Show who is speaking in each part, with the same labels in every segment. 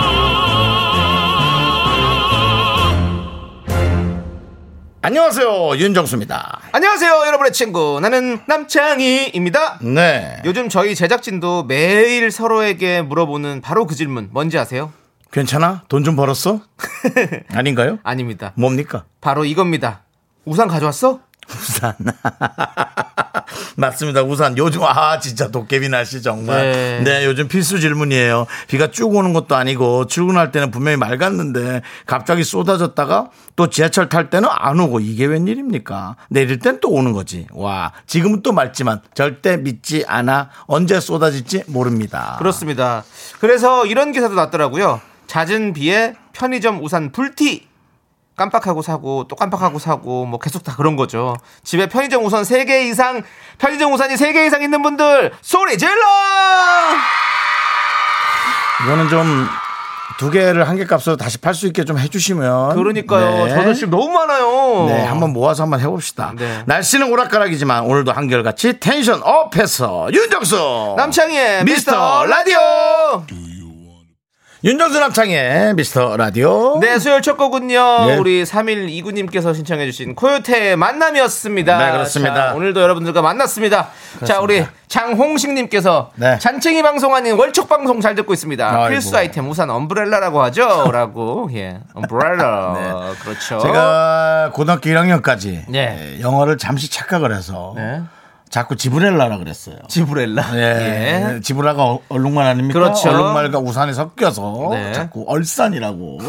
Speaker 1: 안녕하세요 윤정수입니다.
Speaker 2: 안녕하세요, 여러분의 친구. 나는 남창희입니다.
Speaker 1: 네,
Speaker 2: 요즘 저희 제작진도 매일 서로에게 물어보는 바로 그 질문, 뭔지 아세요?
Speaker 1: 괜찮아? 돈 좀 벌었어? 아닌가요?
Speaker 2: 아닙니다.
Speaker 1: 뭡니까?
Speaker 2: 바로 이겁니다. 우산 가져왔어?
Speaker 1: 우산. 맞습니다. 우산. 요즘, 아, 진짜 도깨비 날씨 정말.
Speaker 2: 네.
Speaker 1: 네. 요즘 필수 질문이에요. 비가 쭉 오는 것도 아니고, 출근할 때는 분명히 맑았는데, 갑자기 쏟아졌다가, 또 지하철 탈 때는 안 오고, 이게 웬일입니까? 내릴 땐 또 오는 거지. 와, 지금은 또 맑지만, 절대 믿지 않아. 언제 쏟아질지 모릅니다.
Speaker 2: 그렇습니다. 그래서 이런 기사도 났더라고요. 잦은 비에 편의점 우산 불티! 깜빡하고 사고 또 깜빡하고 사고 뭐 계속 다 그런 거죠. 집에 편의점 우산 3개 이상 편의점 우산이 3개 이상 있는 분들 소리 질러!
Speaker 1: 이거는 좀, 두 개를 한 개 값으로 다시 팔 수 있게 좀 해주시면.
Speaker 2: 그러니까요.
Speaker 1: 네.
Speaker 2: 저도 지금 너무 많아요.
Speaker 1: 네, 한번 모아서 한번 해봅시다.
Speaker 2: 네.
Speaker 1: 날씨는 오락가락이지만 오늘도 한결같이 텐션 업해서 윤정수
Speaker 2: 남창희의 미스터 라디오.
Speaker 1: 윤정수 남창의 미스터 라디오.
Speaker 2: 네, 수요일 첫 곡은요.
Speaker 1: 네.
Speaker 2: 우리 3일 2구님께서 신청해주신 코요태의 만남이었습니다.
Speaker 1: 네, 그렇습니다.
Speaker 2: 자, 오늘도 여러분들과 만났습니다. 자, 우리 장홍식님께서
Speaker 1: 네.
Speaker 2: 잔챙이 방송 아닌 월척 방송 잘 듣고 있습니다.
Speaker 1: 아이고.
Speaker 2: 필수 아이템 우산 엄브렐라라고 하죠. 라고. 예. 엄브렐라. 그렇죠.
Speaker 1: 네. 제가 고등학교 1학년까지
Speaker 2: 네.
Speaker 1: 영어를 잠시 착각을 해서
Speaker 2: 네.
Speaker 1: 자꾸 지브렐라라 그랬어요.
Speaker 2: 지브렐라.
Speaker 1: 예.
Speaker 2: 예.
Speaker 1: 지브라가 어- 얼룩말 아닙니까?
Speaker 2: 그렇죠.
Speaker 1: 얼룩말과 우산이 섞여서
Speaker 2: 네.
Speaker 1: 자꾸 얼산이라고.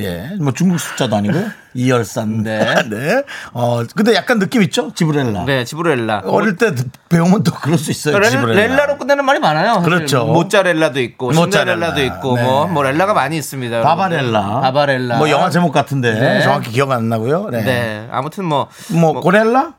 Speaker 1: 예. 뭐 중국 숫자도 아니고 이열산.
Speaker 2: 네.
Speaker 1: 네. 어, 근데 약간 느낌 있죠? 지브렐라.
Speaker 2: 네, 지브렐라.
Speaker 1: 어릴 때 배우면 또 그럴 수 있어요.
Speaker 2: 렐,
Speaker 1: 네, 지브렐라.
Speaker 2: 렐라로 끝내는 말이 많아요. 사실 뭐
Speaker 1: 그렇죠.
Speaker 2: 모짜렐라도 있고,
Speaker 1: 모짜렐라.
Speaker 2: 신데렐라도 있고,
Speaker 1: 네.
Speaker 2: 뭐, 뭐 렐라가 많이 있습니다. 여러분.
Speaker 1: 바바렐라.
Speaker 2: 바바렐라.
Speaker 1: 뭐 영화 제목 같은데
Speaker 2: 네.
Speaker 1: 정확히 기억 안 나고요. 네.
Speaker 2: 네, 아무튼 뭐,
Speaker 1: 뭐 고렐라?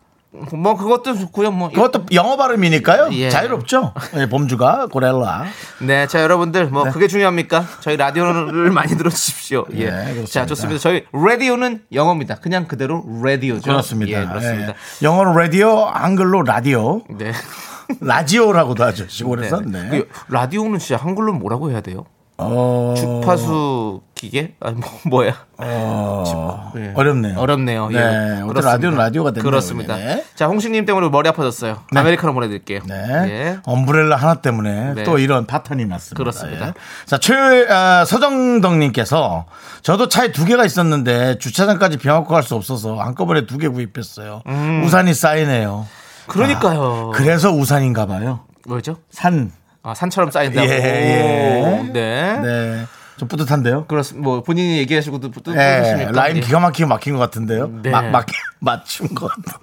Speaker 2: 뭐 그것도 좋고요. 뭐
Speaker 1: 그것도 영어 발음이니까요.
Speaker 2: 예.
Speaker 1: 자유롭죠. 예, 범주가 고렐라.
Speaker 2: 네, 자 여러분들 뭐 그게 중요합니까? 저희 라디오를 많이 들어주십시오. 예,
Speaker 1: 예, 그렇습니다.
Speaker 2: 자 좋습니다. 저희 라디오는 영어입니다. 그냥 그대로 라디오죠.
Speaker 1: 그렇습니다.
Speaker 2: 예, 그렇습니다.
Speaker 1: 예. 영어로 라디오, 한글로 라디오,
Speaker 2: 네.
Speaker 1: 라지오라고도 하죠.
Speaker 2: 네.
Speaker 1: 시골에서. 네.
Speaker 2: 그 라디오는 진짜 한글로 뭐라고 해야 돼요?
Speaker 1: 어...
Speaker 2: 주파수 기계? 아니 뭐, 뭐야?
Speaker 1: 어...
Speaker 2: 예.
Speaker 1: 어렵네요.
Speaker 2: 어렵네요. 예.
Speaker 1: 네. 어떤
Speaker 2: 그렇습니다.
Speaker 1: 라디오는 라디오가 됩니다.
Speaker 2: 그렇습니다.
Speaker 1: 네.
Speaker 2: 자, 홍식님 때문에 머리 아파졌어요. 아메리카노 보내드릴게요.
Speaker 1: 네.
Speaker 2: 예.
Speaker 1: 엄브렐라 하나 때문에
Speaker 2: 네.
Speaker 1: 또 이런 파탄이 났습니다.
Speaker 2: 그렇습니다.
Speaker 1: 예. 자, 최, 아, 서정덕님께서 저도 차에 두 개가 있었는데 주차장까지 병합고 갈 수 없어서 한꺼번에 두 개 구입했어요.
Speaker 2: 음.
Speaker 1: 우산이 쌓이네요.
Speaker 2: 그러니까요.
Speaker 1: 아. 그래서 우산인가 봐요.
Speaker 2: 뭐죠?
Speaker 1: 산.
Speaker 2: 아, 산처럼 쌓인다고.
Speaker 1: 예, 예.
Speaker 2: 오, 네.
Speaker 1: 네. 좀 뿌듯한데요.
Speaker 2: 그렇습니다. 뭐 본인이 얘기하시고도 또
Speaker 1: 네.
Speaker 2: 그러십니까?
Speaker 1: 라임
Speaker 2: 예.
Speaker 1: 기가 막히게 막힌 것 같은데요.
Speaker 2: 네.
Speaker 1: 막, 막, 맞춘 것 같은데.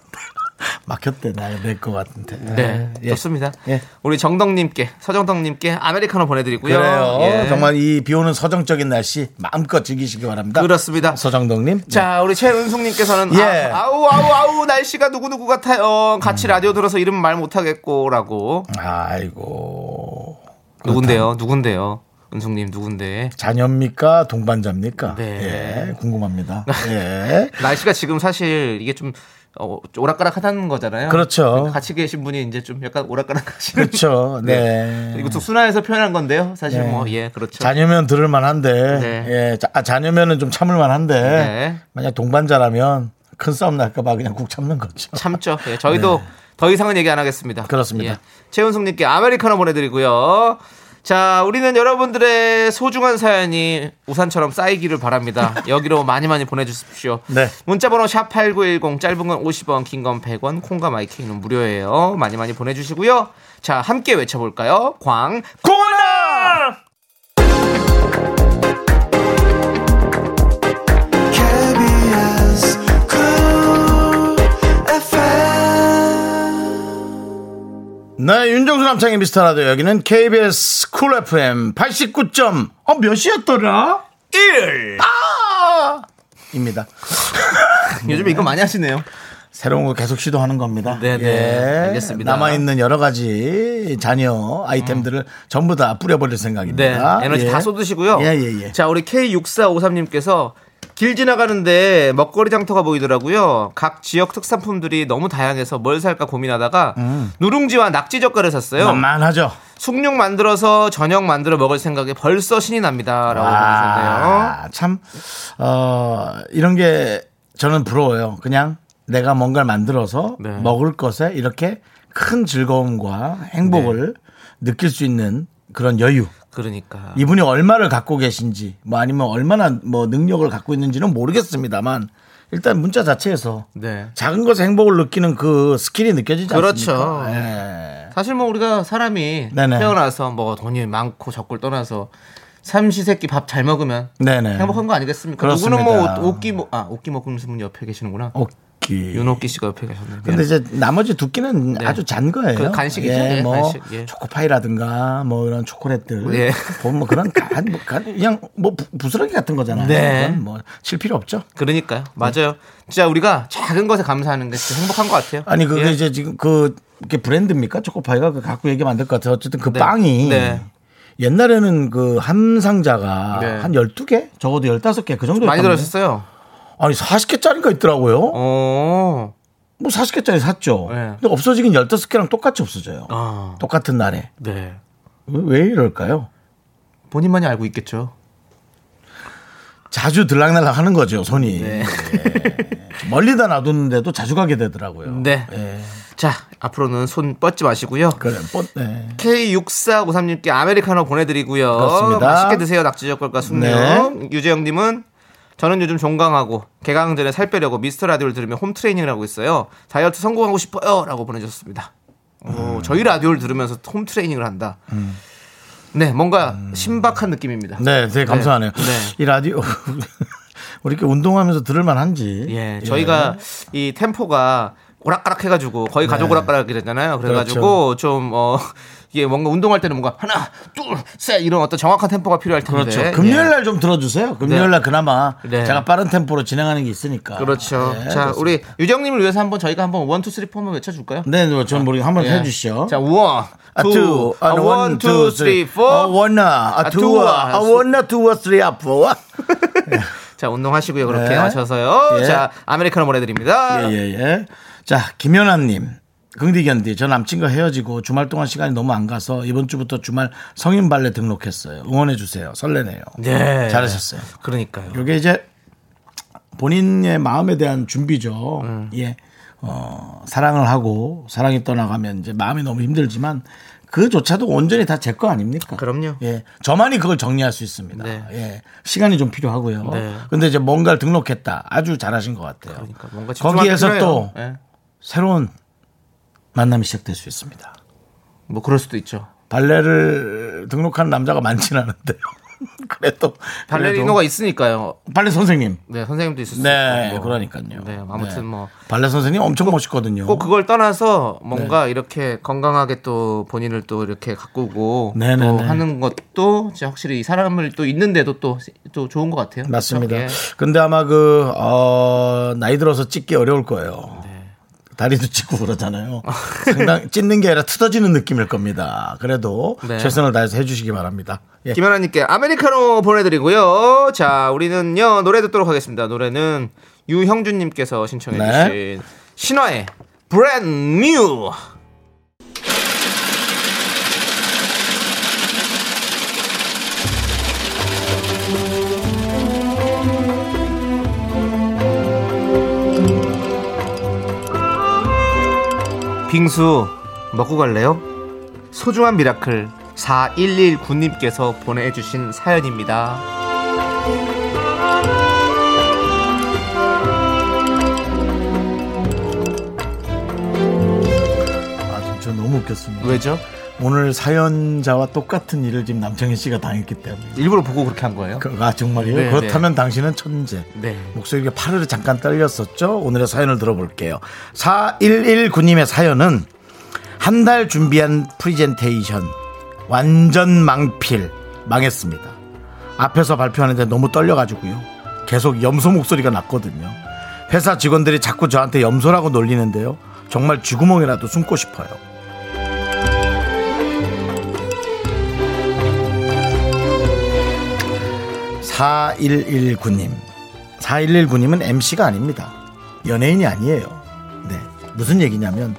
Speaker 1: 막혔대, 나낼것 같은데.
Speaker 2: 네,
Speaker 1: 예.
Speaker 2: 좋습니다.
Speaker 1: 예.
Speaker 2: 우리 정덕님께 서정덕님께 아메리카노 보내드리고요.
Speaker 1: 그래요.
Speaker 2: 예.
Speaker 1: 정말 이 비 오는 서정적인 날씨 마음껏 즐기시기 바랍니다.
Speaker 2: 그렇습니다.
Speaker 1: 서정덕님.
Speaker 2: 자, 우리 최은숙님께서는
Speaker 1: 예. 음.
Speaker 2: 아, 우 아우 아우 날씨가 누구 누구 같아요. 같이 라디오 들어서 이름 말 못하겠고라고.
Speaker 1: 네. 아이고. 그
Speaker 2: 누군데요? 누군데요? 은숙님 누군데?
Speaker 1: 자녀입니까? 동반자입니까?
Speaker 2: 네.
Speaker 1: 예, 궁금합니다. 예.
Speaker 2: 날씨가 지금 사실 이게 좀 어, 오락가락하다는 거잖아요.
Speaker 1: 그렇죠.
Speaker 2: 같이 계신 분이 이제 좀 약간 오락가락하시는.
Speaker 1: 그렇죠. 네.
Speaker 2: 이것도 순화해서 표현한 건데요. 사실
Speaker 1: 네.
Speaker 2: 뭐 예 그렇죠.
Speaker 1: 자녀면 들을 만한데,
Speaker 2: 네.
Speaker 1: 예, 자, 아, 자녀면은 좀 참을 만한데,
Speaker 2: 네.
Speaker 1: 만약 동반자라면 큰 싸움 날까봐 그냥 꾹 참는 거죠.
Speaker 2: 참죠. 예, 저희도 더 이상은 얘기 안 하겠습니다.
Speaker 1: 네.
Speaker 2: 예,
Speaker 1: 그렇습니다.
Speaker 2: 최은숙님께 아메리카노 보내드리고요. 자, 우리는 여러분들의 소중한 사연이 우산처럼 쌓이기를 바랍니다. 여기로 많이 많이 보내주십시오.
Speaker 1: 네.
Speaker 2: 문자번호 샵8910, 짧은 건 50원, 긴 건 100원, 콩과 마이킹은 무료예요. 많이 많이 보내주시고요. 자, 함께 외쳐볼까요? 광, 고나!
Speaker 3: KBS Cool FM
Speaker 1: 네, 윤정수 남창의 미스터 라디오 여기는 KBS 쿨 FM 89. 점, 어, 몇이었더라?
Speaker 2: 1!
Speaker 1: 입니다.
Speaker 2: 요즘 이거 많이 하시네요.
Speaker 1: 새로운 거 계속 시도하는 겁니다. 예.
Speaker 2: 네, 네. 알겠습니다.
Speaker 1: 남아있는 여러 가지 잔여 아이템들을 전부 다 뿌려버릴
Speaker 2: 네,
Speaker 1: 생각입니다.
Speaker 2: 에너지
Speaker 1: 예.
Speaker 2: 다 쏟으시고요.
Speaker 1: 예, 예, 예.
Speaker 2: 자, 우리 K6453님께서 길 지나가는데 먹거리 장터가 보이더라고요. 각 지역 특산품들이 너무 다양해서 뭘 살까 고민하다가
Speaker 1: 음.
Speaker 2: 누룽지와 낙지 젓갈을 샀어요.
Speaker 1: 만만하죠.
Speaker 2: 숭늉 만들어서 저녁 만들어 먹을 생각에 벌써 신이 납니다라고 보내셨네요.
Speaker 1: 아, 참, 어, 이런 게 저는 부러워요. 그냥 내가 뭔가를 만들어서
Speaker 2: 네.
Speaker 1: 먹을 것에 이렇게 큰 즐거움과 행복을
Speaker 2: 네.
Speaker 1: 느낄 수 있는 그런 여유.
Speaker 2: 그러니까
Speaker 1: 이분이 얼마를 갖고 계신지, 뭐 아니면 얼마나 뭐 능력을 갖고 있는지는 모르겠습니다만, 일단 문자 자체에서
Speaker 2: 네.
Speaker 1: 작은 것에 행복을 느끼는 그 스킬이 느껴지지
Speaker 2: 그렇죠.
Speaker 1: 않습니까? 예.
Speaker 2: 사실 뭐 우리가 사람이
Speaker 1: 네네.
Speaker 2: 태어나서 뭐 돈이 많고 적고를 떠나서 삼시세끼 밥 잘 먹으면
Speaker 1: 네네.
Speaker 2: 행복한 거 아니겠습니까?
Speaker 1: 그렇습니다.
Speaker 2: 누구는 뭐 옷기 뭐, 아 옷기 먹고 있는 분 옆에 계시는구나.
Speaker 1: 오케이.
Speaker 2: 윤옥기 씨가 옆에 계셨는데.
Speaker 1: 근데 이제 나머지 두 끼는
Speaker 2: 네.
Speaker 1: 아주 잔 거예요.
Speaker 2: 그 간식이죠. 예,
Speaker 1: 뭐
Speaker 2: 간식, 예.
Speaker 1: 초코파이라든가 뭐 이런 초콜릿들.
Speaker 2: 예.
Speaker 1: 보면 뭐 그런 간, 뭐 간- 그냥 뭐 부- 부스러기 같은 거잖아요.
Speaker 2: 네.
Speaker 1: 그건 뭐칠 필요 없죠.
Speaker 2: 그러니까요. 맞아요. 진짜 우리가 작은 것에 감사하는 게 진짜 행복한 것 같아요.
Speaker 1: 아니 그게
Speaker 2: 예.
Speaker 1: 이제 지금 그 이게 브랜드입니까? 초코파이가 그 갖고 얘기하면 안 될 것 같아요. 어쨌든 그
Speaker 2: 네.
Speaker 1: 빵이
Speaker 2: 네.
Speaker 1: 옛날에는 그 한 상자가
Speaker 2: 네.
Speaker 1: 한 12개? 적어도 15개 그 정도
Speaker 2: 많이 들어셨어요.
Speaker 1: 아니 40개짜리가 있더라고요.
Speaker 2: 어.
Speaker 1: 뭐 40개짜리 샀죠.
Speaker 2: 네.
Speaker 1: 근데 없어지긴 15개랑 똑같이 없어져요.
Speaker 2: 아.
Speaker 1: 똑같은 날에.
Speaker 2: 네.
Speaker 1: 왜- 왜 이럴까요?
Speaker 2: 본인만이 알고 있겠죠.
Speaker 1: 자주 들락날락 하는 거죠, 손이.
Speaker 2: 네.
Speaker 1: 예. 멀리다 놔뒀는데도 자주 가게 되더라고요.
Speaker 2: 네. 자, 앞으로는 손 뻗지 마시고요.
Speaker 1: 그래, 뻔, 네.
Speaker 2: K6453님께 아메리카노 보내드리고요.
Speaker 1: 그렇습니다.
Speaker 2: 맛있게 드세요. 낙지젓갈과 숭늉.
Speaker 1: 네.
Speaker 2: 유재영님은 저는 요즘 종강하고 개강 전에 살 빼려고 미스터 라디오를 들으며 홈 트레이닝을 하고 있어요. 다이어트 성공하고 싶어요라고 보내주셨습니다. 오,
Speaker 1: 음.
Speaker 2: 저희 라디오를 들으면서 홈 트레이닝을 한다. 네, 뭔가 신박한 느낌입니다.
Speaker 1: 음. 네, 되게 감사하네요.
Speaker 2: 네. 네.
Speaker 1: 이 라디오 우리 이렇게 운동하면서 들을 만한지.
Speaker 2: 예, 저희가 이 템포가 오락가락 해가지고 거의
Speaker 1: 네.
Speaker 2: 가족 오락가락이 되잖아요.
Speaker 1: 그렇죠.
Speaker 2: 그래가지고 좀 어. 이게 뭔가 운동할 때는 뭔가 하나, 둘, 셋 이런 어떤 정확한 템포가 필요할 텐데.
Speaker 1: 그렇죠.
Speaker 2: 예.
Speaker 1: 금요일 날 좀 들어주세요. 금요일 날 그나마
Speaker 2: 네.
Speaker 1: 제가 빠른 템포로 진행하는 게 있으니까.
Speaker 2: 그렇죠.
Speaker 1: 네,
Speaker 2: 자,
Speaker 1: 그렇습니다.
Speaker 2: 우리 유정님을 위해서 한번 저희가 한번 원, 투, 쓰리, 포 한번 외쳐줄까요?
Speaker 1: 네, 네, 저는 모르게 한번 해주시죠.
Speaker 2: 예. 자, 원,
Speaker 1: 아,
Speaker 2: 투,
Speaker 1: 투, 아,
Speaker 2: 원, 투, 쓰리, 포.
Speaker 1: 아, 원나, 아,
Speaker 2: 아,
Speaker 1: 투아, 아,
Speaker 2: 투아.
Speaker 1: 원나, 투아, 쓰리, 아, 포아.
Speaker 2: 자, 운동하시고요. 그렇게
Speaker 1: 네.
Speaker 2: 하셔서요.
Speaker 1: 예.
Speaker 2: 자, 아메리카노 보내드립니다.
Speaker 1: 예, 예, 예. 자, 김연아님. 긍디견디, 저 남친과 헤어지고 주말 동안 시간이 너무 안 가서 이번 주부터 주말 성인 발레 등록했어요. 응원해주세요. 설레네요.
Speaker 2: 네.
Speaker 1: 잘하셨어요.
Speaker 2: 그러니까요.
Speaker 1: 요게 이제 본인의 마음에 대한 준비죠.
Speaker 2: 음.
Speaker 1: 예. 어, 사랑을 하고 사랑이 떠나가면 이제 마음이 너무 힘들지만 그조차도 온전히 다 제 거 아닙니까?
Speaker 2: 그럼요.
Speaker 1: 예. 저만이 그걸 정리할 수 있습니다.
Speaker 2: 네.
Speaker 1: 예. 시간이 좀 필요하고요.
Speaker 2: 네.
Speaker 1: 근데 이제 뭔가를 등록했다. 아주 잘하신 것 같아요.
Speaker 2: 그러니까 뭔가 집중하기
Speaker 1: 거기에서
Speaker 2: 필요해요.
Speaker 1: 또
Speaker 2: 예.
Speaker 1: 새로운 만남이 시작될 수 있습니다.
Speaker 2: 뭐 그럴 수도 있죠.
Speaker 1: 발레를 등록한 남자가 많진 않은데요. 그래도
Speaker 2: 발레리노가 있으니까요.
Speaker 1: 그래도 발레 선생님.
Speaker 2: 네, 선생님도 있을 수
Speaker 1: 네,
Speaker 2: 있고.
Speaker 1: 그러니까요.
Speaker 2: 네, 아무튼
Speaker 1: 네.
Speaker 2: 뭐.
Speaker 1: 발레 선생님 엄청 멋있거든요.
Speaker 2: 꼭 그걸 떠나서 뭔가
Speaker 1: 네.
Speaker 2: 이렇게 건강하게 또 본인을 또 이렇게 가꾸고
Speaker 1: 네, 네,
Speaker 2: 또
Speaker 1: 네.
Speaker 2: 하는 것도 진짜 확실히 이 사람을 또 있는데도 또, 또 좋은 것 같아요.
Speaker 1: 맞습니다.
Speaker 2: 그렇죠?
Speaker 1: 근데 아마 그 어, 나이 들어서 찢기 어려울 거예요.
Speaker 2: 네.
Speaker 1: 다리도 찢고 그러잖아요. 상당 찢는 게 아니라 뜯어지는 느낌일 겁니다. 그래도
Speaker 2: 네.
Speaker 1: 최선을 다해서 해주시기 바랍니다. 예.
Speaker 2: 예. 김연아님께 아메리카노 보내드리고요. 자, 우리는요, 노래 듣도록 하겠습니다. 노래는 유형준님께서 네, 신청해주신 신화의 브랜드 뉴. 빙수 먹고 갈래요? 소중한 미라클 4119님께서 보내주신 사연입니다.
Speaker 1: 아, 지금 저 너무 웃겼습니다.
Speaker 2: 왜죠?
Speaker 1: 오늘 사연자와 똑같은 일을 지금 남창희 씨가 당했기 때문에.
Speaker 2: 일부러 보고 그렇게 한 거예요?
Speaker 1: 그- 아, 정말이에요?
Speaker 2: 네,
Speaker 1: 그렇다면 당신은 천재.
Speaker 2: 네.
Speaker 1: 목소리가 파르르 잠깐 떨렸었죠? 오늘의 사연을 들어볼게요. 4119님의 사연은 한 달 준비한 프리젠테이션. 완전 망필. 망했습니다. 앞에서 발표하는데 너무 떨려가지고요. 계속 염소 목소리가 났거든요. 회사 직원들이 자꾸 저한테 염소라고 놀리는데요. 정말 쥐구멍이라도 숨고 싶어요. (4119님) (4119님) (4119님은) MC가 아닙니다 연예인이 아니에요 네 무슨 얘기냐면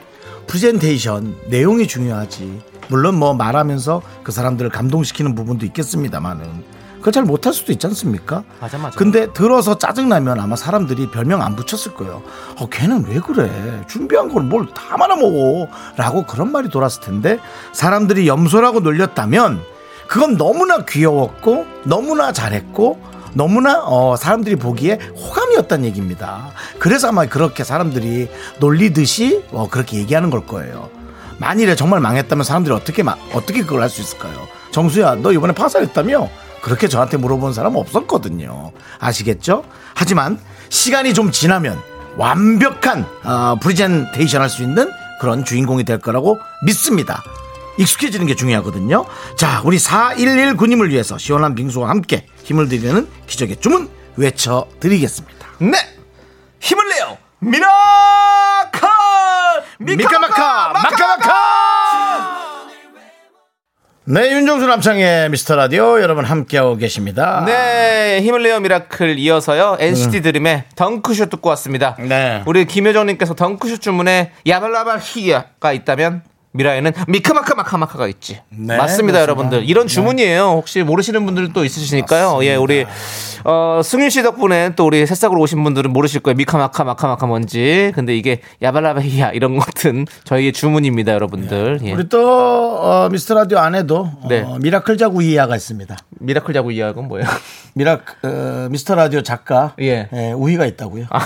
Speaker 1: 프레젠테이션 내용이 중요하지 물론 뭐 말하면서 그 사람들을 감동시키는 부분도 있겠습니다만은 그걸 잘 못할 수도 있지 않습니까
Speaker 2: 맞아, 맞아.
Speaker 1: 근데 들어서 짜증나면 아마 사람들이 별명 안 붙였을 거예요 어 걔는 왜 그래 준비한 걸 뭘 다 말아먹어 라고 그런 말이 돌았을 텐데 사람들이 염소라고 놀렸다면 그건 너무나 귀여웠고 너무나 잘했고 너무나 어, 사람들이 보기에 호감이었단 얘기입니다. 그래서 아마 그렇게 사람들이 놀리듯이 어, 그렇게 얘기하는 걸 거예요. 만일에 정말 망했다면 사람들이 어떻게 마- 어떻게 그걸 할 수 있을까요? 정수야, 너 이번에 파산했다며? 그렇게 저한테 물어본 사람 은 없었거든요. 아시겠죠? 하지만 시간이 좀 지나면 완벽한 어, 프리젠테이션 할 수 있는 그런 주인공이 될 거라고 믿습니다. 익숙해지는 게 중요하거든요. 자, 우리 4119님을 위해서 시원한 빙수와 함께 힘을 드리는 기적의 주문 외쳐드리겠습니다.
Speaker 2: 네 힘을 내요 미라카
Speaker 1: 미카마카! 마카마카! 네, 윤정수 남창의 미스터 라디오 여러분 함께하고 계십니다.
Speaker 2: 네, 힘을 내요 미라클 이어서요 NCT 드림의 덩크슛 듣고 왔습니다.
Speaker 1: 네.
Speaker 2: 우리 김효정님께서 덩크슛 주문에 야발라발 히야가 있다면 미라에는 미크마카 마카마카가 있지.
Speaker 1: 네,
Speaker 2: 맞습니다,
Speaker 1: 맞습니다. 네.
Speaker 2: 여러분들. 이런 주문이에요. 혹시 모르시는 분들도 있으시니까요. 예, 우리 어, 승윤 씨 덕분에 또 우리 새싹으로 오신 분들은 모르실 거예요. 미카마카 마카마카 뭔지. 근데 이게 야발라발 히야 이런 것은 저희의 주문입니다, 여러분들. 예.
Speaker 1: 네. 우리 또 어, 미스터 라디오 안에도 어,
Speaker 2: 네.
Speaker 1: 미라클 자구 이하가 있습니다.
Speaker 2: 미라클 자구 이야기는 뭐예요?
Speaker 1: 미라클 어, 미스터 라디오 작가
Speaker 2: 예. 아.
Speaker 1: 예, 우희가 있다고요.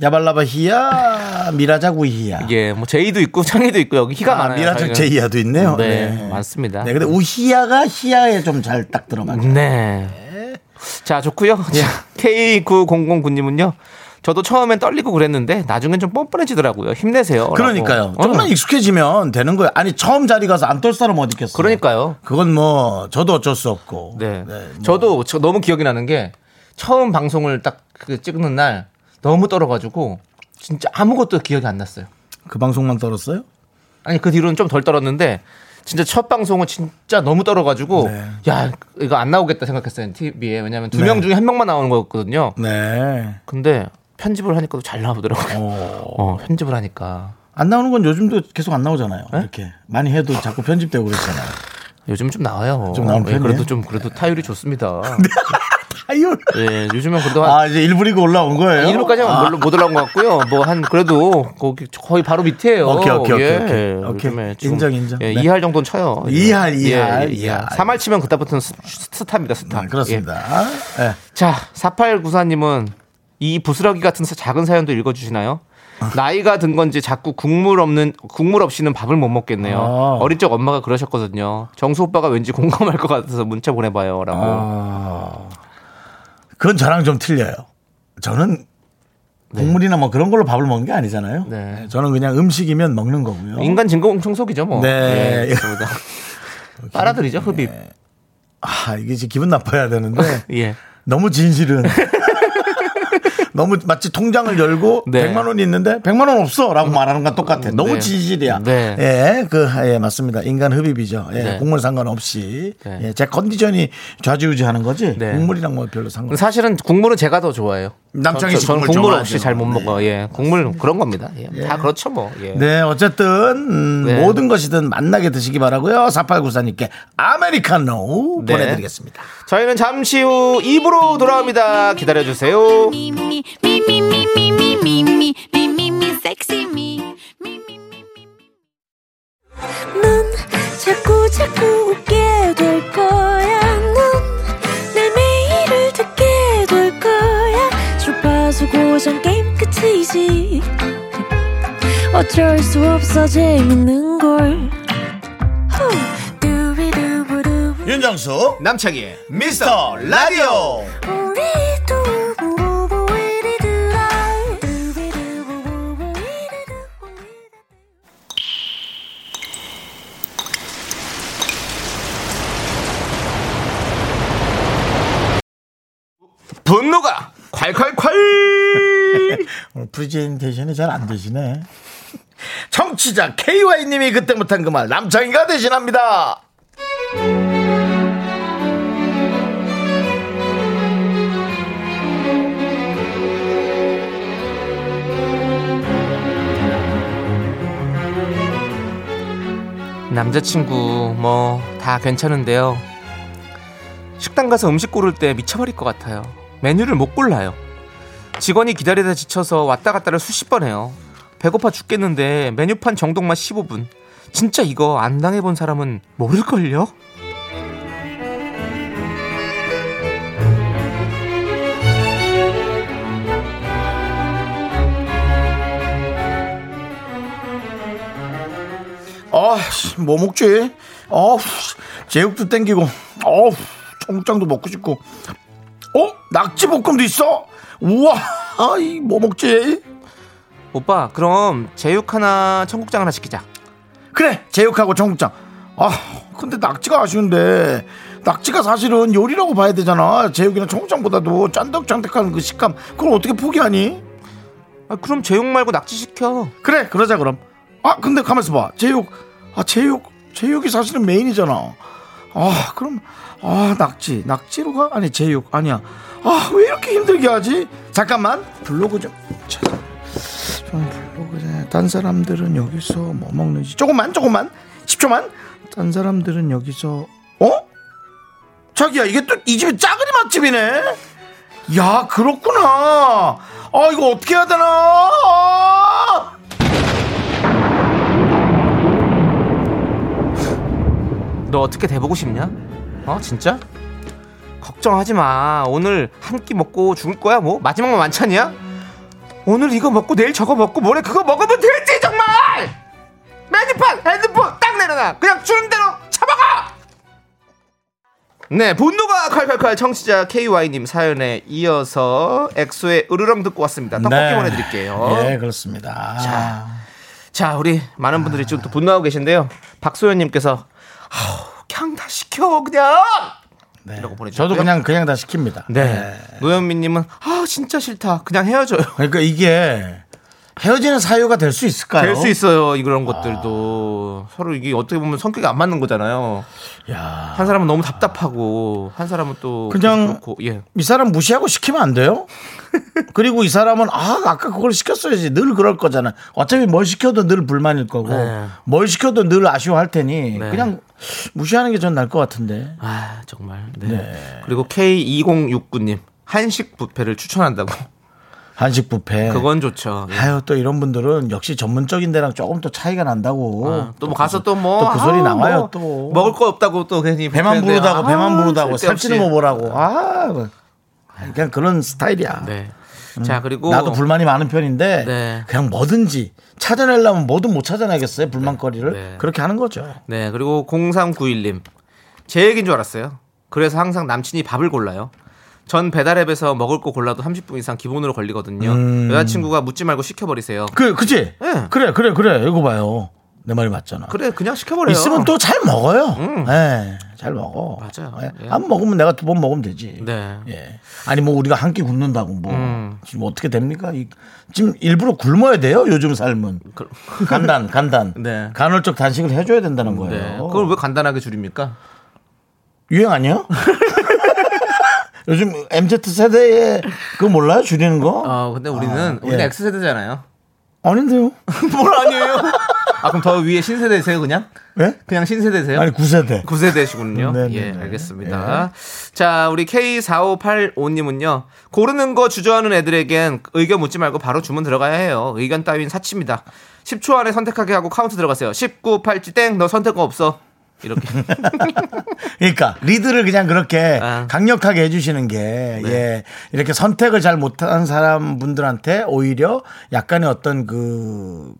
Speaker 1: 야발라바 히야 미라자구 히야.
Speaker 2: 예, 뭐 제이도 있고 창이도 있고 여기 히가 많아요.
Speaker 1: 미라적
Speaker 2: 저희가.
Speaker 1: 제이야도 어, 있네요.
Speaker 2: 네, 많습니다.
Speaker 1: 네, 근데 우히야가 히야에 좀 잘 딱 들어맞죠.
Speaker 2: 네. 자, 좋고요.
Speaker 1: 예.
Speaker 2: K9009님은요. 저도 처음엔 떨리고 그랬는데 나중엔 좀 뻔뻔해지더라고요. 힘내세요.
Speaker 1: 그러니까요.
Speaker 2: 라고.
Speaker 1: 조금만
Speaker 2: 어.
Speaker 1: 익숙해지면 되는 거예요. 아니 처음 자리 가서 안 떨 사람 어디 있겠어요.
Speaker 2: 그러니까요.
Speaker 1: 건뭐 저도 어쩔 수 없고.
Speaker 2: 네.
Speaker 1: 뭐.
Speaker 2: 저도 저 너무 기억이 나는 게 처음 방송을 딱그 찍는 날 너무 떨어가지고 진짜 아무것도 기억이 안 났어요.
Speaker 1: 그 방송만 떨었어요?
Speaker 2: 아니 그 뒤로는 좀 덜 떨었는데 진짜 첫 방송은 진짜 너무 떨어가지고
Speaker 1: 네.
Speaker 2: 야 이거 안 나오겠다 생각했어요 TV에 왜냐하면 두 명 중에 한 명만 나오는 거였거든요.
Speaker 1: 네.
Speaker 2: 근데 편집을 하니까 또 잘 나오더라고요. 어, 편집을 하니까
Speaker 1: 안 나오는 건 요즘도 계속 안 나오잖아요.
Speaker 2: 네?
Speaker 1: 이렇게 많이 해도 자꾸 편집되고 그렇잖아요.
Speaker 2: 요즘 좀 나와요.
Speaker 1: 좀 나오는
Speaker 2: 예,
Speaker 1: 편이에요?
Speaker 2: 그래도 좀 그래도 타율이 좋습니다.
Speaker 1: 아유.
Speaker 2: 예, 요즘은 그래도 한
Speaker 1: 아 이제 일부리고 올라온 거예요.
Speaker 2: 1루까지는
Speaker 1: 아,
Speaker 2: 못 올라온 것 같고요. 뭐 한 그래도 거기 거의 바로 밑에요.
Speaker 1: 오케이, 오케이, 오케이,
Speaker 2: 예,
Speaker 1: 오케이. 오케이.
Speaker 2: 요즘에 지금,
Speaker 1: 인정, 인정.
Speaker 2: 예,
Speaker 1: 네.
Speaker 2: 2할 정도는 쳐요. 예,
Speaker 1: 이할, 이할, 이할.
Speaker 2: 3할 치면 그다음부터는 스, 스타입니다. 스타.
Speaker 1: 네, 그렇습니다. 네.
Speaker 2: 예. 자, 4894님은 이 부스러기 같은 사- 작은 사연도 읽어주시나요?
Speaker 1: 아.
Speaker 2: 나이가 든 건지 자꾸 국물 없는 국물 없이는 밥을 못 먹겠네요.
Speaker 1: 아.
Speaker 2: 어릴 적 엄마가 그러셨거든요. 정수 오빠가 왠지 공감할 것 같아서 문자 보내봐요라고.
Speaker 1: 아. 그건 저랑 좀 틀려요. 저는 국물이나 뭐 그런 걸로 밥을 먹는 게 아니잖아요. 예,
Speaker 2: 네.
Speaker 1: 저는 그냥 음식이면 먹는 거고요.
Speaker 2: 인간 진공 청소기죠 뭐.
Speaker 1: 네.
Speaker 2: 예, 그렇습니다. 빨아들이죠 흡입.
Speaker 1: 아, 이게 지금 기분 나빠야 되는데
Speaker 2: 예.
Speaker 1: 너무 진실은 너무 마치 통장을 열고
Speaker 2: 네.
Speaker 1: 100만 원이 있는데 100만 원 없어라고 말하는 건 똑같아. 너무
Speaker 2: 네.
Speaker 1: 진실이야.
Speaker 2: 네.
Speaker 1: 예, 그 예, 맞습니다. 인간 흡입이죠. 예,
Speaker 2: 네.
Speaker 1: 국물 상관없이
Speaker 2: 네.
Speaker 1: 예, 제 컨디션이 좌지우지하는 거지.
Speaker 2: 네.
Speaker 1: 국물이랑 뭐 별로 상관. 없
Speaker 2: 사실은 국물은 제가 더 좋아해요.
Speaker 1: 남창희
Speaker 2: 저-
Speaker 1: 씨
Speaker 2: 저는
Speaker 1: 국물
Speaker 2: 국물
Speaker 1: 좋아하죠.
Speaker 2: 없이 잘 못
Speaker 1: 네.
Speaker 2: 먹어. 예. 국물 그런 겁니다. 예. 다 그렇죠 뭐. 예.
Speaker 1: 네, 어쨌든 음,
Speaker 2: 네.
Speaker 1: 모든 것이든 만나게 드시기 바라고요. 4894님께 아메리카노
Speaker 2: 네.
Speaker 1: 보내드리겠습니다.
Speaker 2: 저희는 잠시 후 입으로 돌아옵니다. 기다려 주세요.
Speaker 4: me, me, me, me, me, me, me, me, me, me, me, me, sexy me. me, me, me, me.
Speaker 5: 넌 자꾸 자꾸 웃게 될 거야. 넌내 매일을 듣게 될 거야. 주파수 고정 게임 끝이지. 어쩔 수 없어 재밌는 걸. 후. 두비두부두.
Speaker 1: 윤정수
Speaker 2: 남창희.
Speaker 1: 미스터 라디오
Speaker 5: 우리 두부부부 우리들아. 두비두부부부 우리들아.
Speaker 2: 분노가 콸콸콸
Speaker 1: 오늘 어, 프리젠테이션이 잘 안 되시네. 청취자 KY님이 그때 못한 그 말 남창희가 대신합니다.
Speaker 2: 남자친구 뭐 다 괜찮은데요. 식당 가서 음식 고를 때 미쳐버릴 것 같아요. 메뉴를 못 골라요. 직원이 기다리다 지쳐서 왔다 갔다를 수십 번 해요. 배고파 죽겠는데 메뉴판 정독만 15분. 진짜 이거 안 당해본 사람은 모를걸요?
Speaker 1: 아, 씨, 뭐 먹지? 아, 씨, 제육도 땡기고, 아, 청국장도 먹고 싶고. 어? 낙지볶음도 있어? 우와, 아이, 뭐 먹지?
Speaker 2: 오빠 그럼 제육 하나 청국장 하나 시키자.
Speaker 1: 그래, 제육하고 청국장. 아, 근데 낙지가 아쉬운데. 낙지가 사실은 요리라고 봐야 되잖아. 제육이나 청국장보다도 짠득짠득한 그 식감. 그걸 어떻게 포기하니?
Speaker 2: 아, 그럼 제육 말고 낙지 시켜.
Speaker 1: 그래, 그러자, 그럼. 아, 근데 가만있어 봐. 제육. 아, 제육. 제육이 사실은 메인이잖아. 아, 그럼. 아, 낙지. 낙지로 가? 아니, 제육. 아니야. 아, 왜 이렇게 힘들게 하지? 잠깐만. 블로그 좀. 찾아. 좀 블로그에. 딴 사람들은 여기서 뭐 먹는지. 조금만, 조금만. 10초만. 딴 사람들은 여기서. 어? 자기야, 이게 또 이 집이 짜그리 맛집이네? 야, 그렇구나. 아, 이거 어떻게 해야 되나? 아!
Speaker 2: 너 어떻게 돼보고 싶냐? 어 진짜? 걱정하지 마. 오늘 한 끼 먹고 죽을 거야 뭐 마지막만 만찬이야? 오늘 이거 먹고 내일 저거 먹고 모레 그거 먹으면 되지 정말. 메뉴판 핸드폰 딱 내려놔. 그냥 주는 대로 잡아가. 네 분노가 칼칼칼 청취자 KY님 사연에 이어서 엑소의 으르렁 듣고 왔습니다. 떡볶이
Speaker 1: 네.
Speaker 2: 보내드릴게요.
Speaker 1: 예, 그렇습니다. 아,
Speaker 2: 자, 우리 많은 분들이 지금 또 분노하고 계신데요. 박소연님께서 아우, 그냥 다 시켜 그냥.
Speaker 1: 네.
Speaker 2: 이라고 보내주셨고요.
Speaker 1: 저도 그냥 그냥 다 시킵니다.
Speaker 2: 네. 노현미님은 아 진짜 싫다. 그냥 헤어져요.
Speaker 1: 그러니까 이게 헤어지는 사유가 될 수 있을까요?
Speaker 2: 될 수 있어요. 이런 것들도 서로 이게 어떻게 보면 성격이 안 맞는 거잖아요.
Speaker 1: 야.
Speaker 2: 한 사람은 너무 답답하고 한 사람은 또
Speaker 1: 그냥-
Speaker 2: 그렇고 예.
Speaker 1: 이 사람 무시하고 시키면 안 돼요? 그리고 이 사람은 아 아까 그걸 시켰어야지 늘 그럴 거잖아. 어차피 뭘 시켜도 늘 불만일 거고
Speaker 2: 네.
Speaker 1: 뭘 시켜도 늘 아쉬워할 테니
Speaker 2: 네.
Speaker 1: 그냥 무시하는 게 전 나을 것 같은데.
Speaker 2: 아 정말. 네. 그리고 K2069님 한식 뷔페를 추천한다고.
Speaker 1: 네. 한식 뷔페.
Speaker 2: 그건 좋죠. 예.
Speaker 1: 아유 또 이런 분들은 역시 전문적인 데랑 조금 또 차이가 난다고.
Speaker 2: 아, 또뭐 가서 또 뭐
Speaker 1: 또그 소리
Speaker 2: 아우,
Speaker 1: 나와요,
Speaker 2: 뭐
Speaker 1: 또.
Speaker 2: 먹을 거 없다고 또 괜히
Speaker 1: 배만
Speaker 2: 불편해요.
Speaker 1: 부르다고
Speaker 2: 아,
Speaker 1: 배만 부르다고 살찌는 거
Speaker 2: 쓸데없이.
Speaker 1: 보라고 아 그냥 그런 스타일이야
Speaker 2: 네. 자 그리고
Speaker 1: 뭐. 나도 불만이 많은 편인데
Speaker 2: 네.
Speaker 1: 그냥 뭐든지 찾아내려면 뭐든 못 찾아내겠어요 불만거리를
Speaker 2: 네.
Speaker 1: 그렇게 하는 거죠
Speaker 2: 네 그리고 0391님 제 얘기인 줄 알았어요. 그래서 항상 남친이 밥을 골라요. 전 배달앱에서 먹을 거 골라도 30분 이상 기본으로 걸리거든요.
Speaker 1: 음.
Speaker 2: 여자친구가 묻지 말고 시켜버리세요.
Speaker 1: 그 그치
Speaker 2: 네.
Speaker 1: 그래 그래 그래 이거 봐요 내 말이 맞잖아
Speaker 2: 그래 그냥 시켜버려요. 음.
Speaker 1: 있으면 또 잘 먹어요 예, 잘 먹어
Speaker 2: 맞아요.
Speaker 1: 예.
Speaker 2: 예.
Speaker 1: 안 먹으면 내가 두 번 먹으면 되지
Speaker 2: 네.
Speaker 1: 예. 아니 뭐 우리가 한 끼 굶는다고 뭐
Speaker 2: 음.
Speaker 1: 지금 어떻게 됩니까? 이- 지금 일부러 굶어야 돼요 요즘 삶은
Speaker 2: 그-
Speaker 1: 간단 간단
Speaker 2: 네.
Speaker 1: 간헐적 단식을 해줘야 된다는 거예요.
Speaker 2: 네. 그걸 왜 간단하게 줄입니까?
Speaker 1: 유행 아니요? 요즘 mz 세대에 그거 몰라요 줄이는 거?
Speaker 2: 어 근데 우리는 우리는
Speaker 1: 아, 예.
Speaker 2: X 세대잖아요.
Speaker 1: 아닌데요?
Speaker 2: 뭘 아니에요? 아 그럼 더 위에 신세대세요 그냥?
Speaker 1: 예?
Speaker 2: 그냥 신세대세요?
Speaker 1: 아니 9세대.
Speaker 2: 9세대시군요.
Speaker 1: 네, 예. 네,
Speaker 2: 예,
Speaker 1: 네.
Speaker 2: 알겠습니다. 자, 우리 K4585님은요. 고르는 거 주저하는 애들에겐 의견 묻지 말고 바로 주문 들어가야 해요. 의견 따윈 사치입니다. 10초 안에 선택하게 하고 카운트 들어가세요. 19, 8지 땡, 너 선택 없어. 이렇게.
Speaker 1: 그러니까 리드를 그냥 그렇게
Speaker 2: 아. 네.
Speaker 1: 강력하게 해주시는 게 예, 이렇게 선택을 잘 못하는 사람 분들한테 오히려 약간의 어떤 그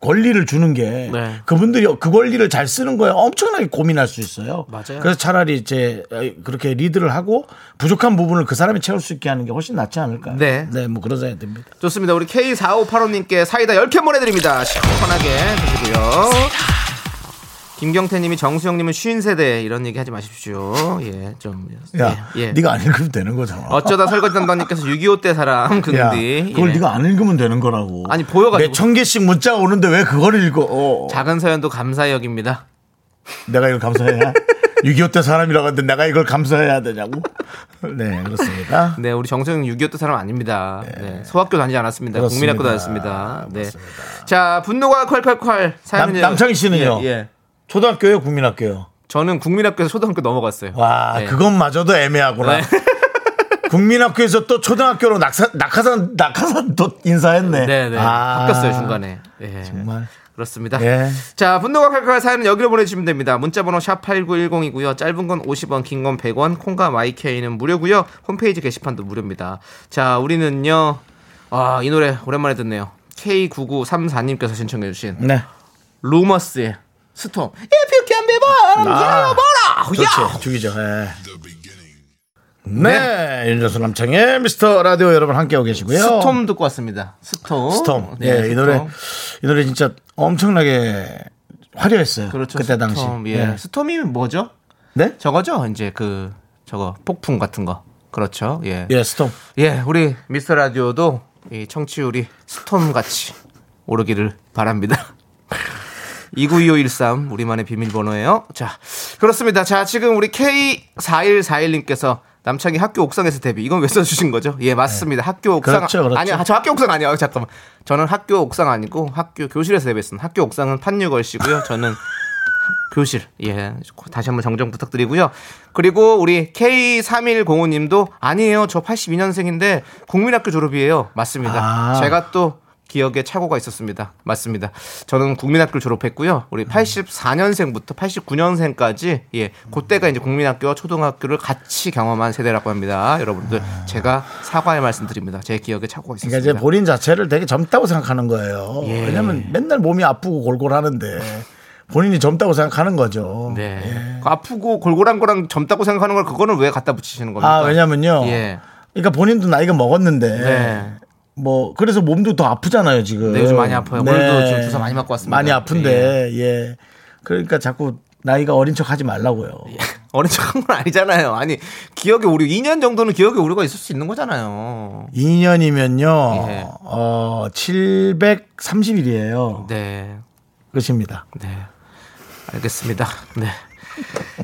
Speaker 1: 권리를 주는 게
Speaker 2: 네.
Speaker 1: 그분들이 그 권리를 잘 쓰는 거에 엄청나게 고민할 수 있어요.
Speaker 2: 맞아요.
Speaker 1: 그래서 차라리 제 그렇게 리드를 하고 부족한 부분을 그 사람이 채울 수 있게 하는 게 훨씬 낫지 않을까.
Speaker 2: 네.
Speaker 1: 뭐 그러자야 됩니다.
Speaker 2: 좋습니다. 우리 K4585님께 사이다 10캔 보내드립니다. 시원하게 드시고요. 김경태님이 정수영님은 쉰 세대 이런 얘기 하지 마십시오. 예, 좀.
Speaker 1: 야,
Speaker 2: 예, 예.
Speaker 1: 네가 안 읽으면 되는 거잖아.
Speaker 2: 어쩌다 설거지 담당님께서 6.25 때 사람 근디.
Speaker 1: 야, 그걸
Speaker 2: 예.
Speaker 1: 네가 안 읽으면 되는 거라고.
Speaker 2: 아니, 보여가지고.
Speaker 1: 몇천 개씩 문자가 오는데 왜 그걸 읽어? 어, 어.
Speaker 2: 작은 사연도 감사히 여깁니다.
Speaker 1: 내가 이걸 감사해야? 6.25 때 사람이라고 하는데 내가 이걸 감사해야 되냐고? 네, 그렇습니다.
Speaker 2: 네, 우리 정수영 6.25때 사람 아닙니다. 네, 소학교 다니지 않았습니다.
Speaker 1: 그렇습니다. 아,
Speaker 2: 국민학교 다녔습니다. 네. 자, 분노가 콸콸콸 사연
Speaker 1: 남- 남창희 씨는요?
Speaker 2: 예, 예.
Speaker 1: 초등학교요, 국민학교요?
Speaker 2: 저는 국민학교에서 초등학교 넘어갔어요.
Speaker 1: 와,
Speaker 2: 네.
Speaker 1: 그것마저도 애매하구나.
Speaker 2: 네.
Speaker 1: 국민학교에서 또 초등학교로 낙사, 낙하산, 낙하산 또 인사했네.
Speaker 2: 네, 네.
Speaker 1: 아,
Speaker 2: 바뀌었어요, 중간에. 예.
Speaker 1: 정말.
Speaker 2: 그렇습니다.
Speaker 1: 예.
Speaker 2: 자, 분노가 칼칼 사연은 여기로 보내주시면 됩니다. 문자번호 샵8910이고요. 짧은 건 50원, 긴 건 100원, 콩과 마이케이는 무료고요. 홈페이지 게시판도 무료입니다. 자, 우리는요. 아, 이 노래 오랜만에 듣네요. K9934님께서 신청해 주신
Speaker 1: 네.
Speaker 2: 루머스의 스톰. If you can be born,
Speaker 1: 아,
Speaker 2: you're born. 야!
Speaker 1: 그렇죠. 죽이죠. 예. 네. 윤정수 남창의 미스터 라디오 여러분 함께하고 계시고요.
Speaker 2: 스톰 듣고 왔습니다. 스톰.
Speaker 1: 스톰.
Speaker 2: 네,
Speaker 1: 예, 이
Speaker 2: 스톰.
Speaker 1: 노래, 이 노래 진짜 엄청나게 화려했어요.
Speaker 2: 그렇죠.
Speaker 1: 그때
Speaker 2: 스톰.
Speaker 1: 당시.
Speaker 2: 예. 스톰이 뭐죠?
Speaker 1: 네?
Speaker 2: 저거죠. 이제 그 저거 폭풍 같은 거. 그렇죠. 예. 예,
Speaker 1: 예, 스톰.
Speaker 2: 우리 미스터 라디오도 이 청취율이 스톰 같이 오르기를 바랍니다. 292513 우리만의 비밀번호예요. 자, 그렇습니다. 자, 지금 우리 K4141님께서 남창이 학교 옥상에서 데뷔. 이건 왜써 주신 거죠? 예, 맞습니다. 학교 옥상
Speaker 1: 그렇죠, 그렇죠.
Speaker 2: 아니요. 저 학교 옥상 아니에요. 잠깐만. 저는 학교 옥상 아니고 학교 교실에서 데뷔했습니다. 학교 옥상은 판유걸 씨고요. 저는 교실. 예. 다시 한번 정정 부탁드리고요. 그리고 우리 K3105 님도 아니에요. 저 82년생인데 국민학교 졸업이에요. 맞습니다.
Speaker 1: 아.
Speaker 2: 제가 또 기억에 착오가 있었습니다. 맞습니다. 저는 국민학교 를 졸업했고요.
Speaker 1: 음.
Speaker 2: 우리 84년생부터 89년생까지 예, 그때가 이제 국민학교와 초등학교를 같이 경험한 세대라고 합니다. 여러분들 제가 사과의 말씀드립니다. 제 기억에 착오가 있었습니다.
Speaker 1: 아. 그러니까 이제 본인 자체를 되게 젊다고 생각하는 거예요.
Speaker 2: 예.
Speaker 1: 왜냐면 맨날 몸이 아프고 골골하는데 본인이 젊다고 생각하는 거죠.
Speaker 2: 네.
Speaker 1: 예.
Speaker 2: 그 아프고 골골한 거랑 젊다고 생각하는 걸 그거는 왜 갖다 붙이시는 겁니까?
Speaker 1: 아, 왜냐면요.
Speaker 2: 그러니까 예.
Speaker 1: 그러니까 본인도 나이가 먹었는데
Speaker 2: 네.
Speaker 1: 뭐 그래서 몸도 더 아프잖아요 지금.
Speaker 2: 네, 요즘 많이 아파요. 오늘도 지금 주사 많이 맞고 왔습니다.
Speaker 1: 많이 아픈데 예. 그러니까 자꾸 나이가 어린 척 하지 말라고요.
Speaker 2: 예. 어린 척한 건 아니잖아요. 아니 기억에 오류 2년 정도는 기억에 오류가 있을 수 있는 거잖아요.
Speaker 1: 2년이면요
Speaker 2: 예.
Speaker 1: 어 730일이에요.
Speaker 2: 네,
Speaker 1: 끝입니다.
Speaker 2: 네, 알겠습니다. 네.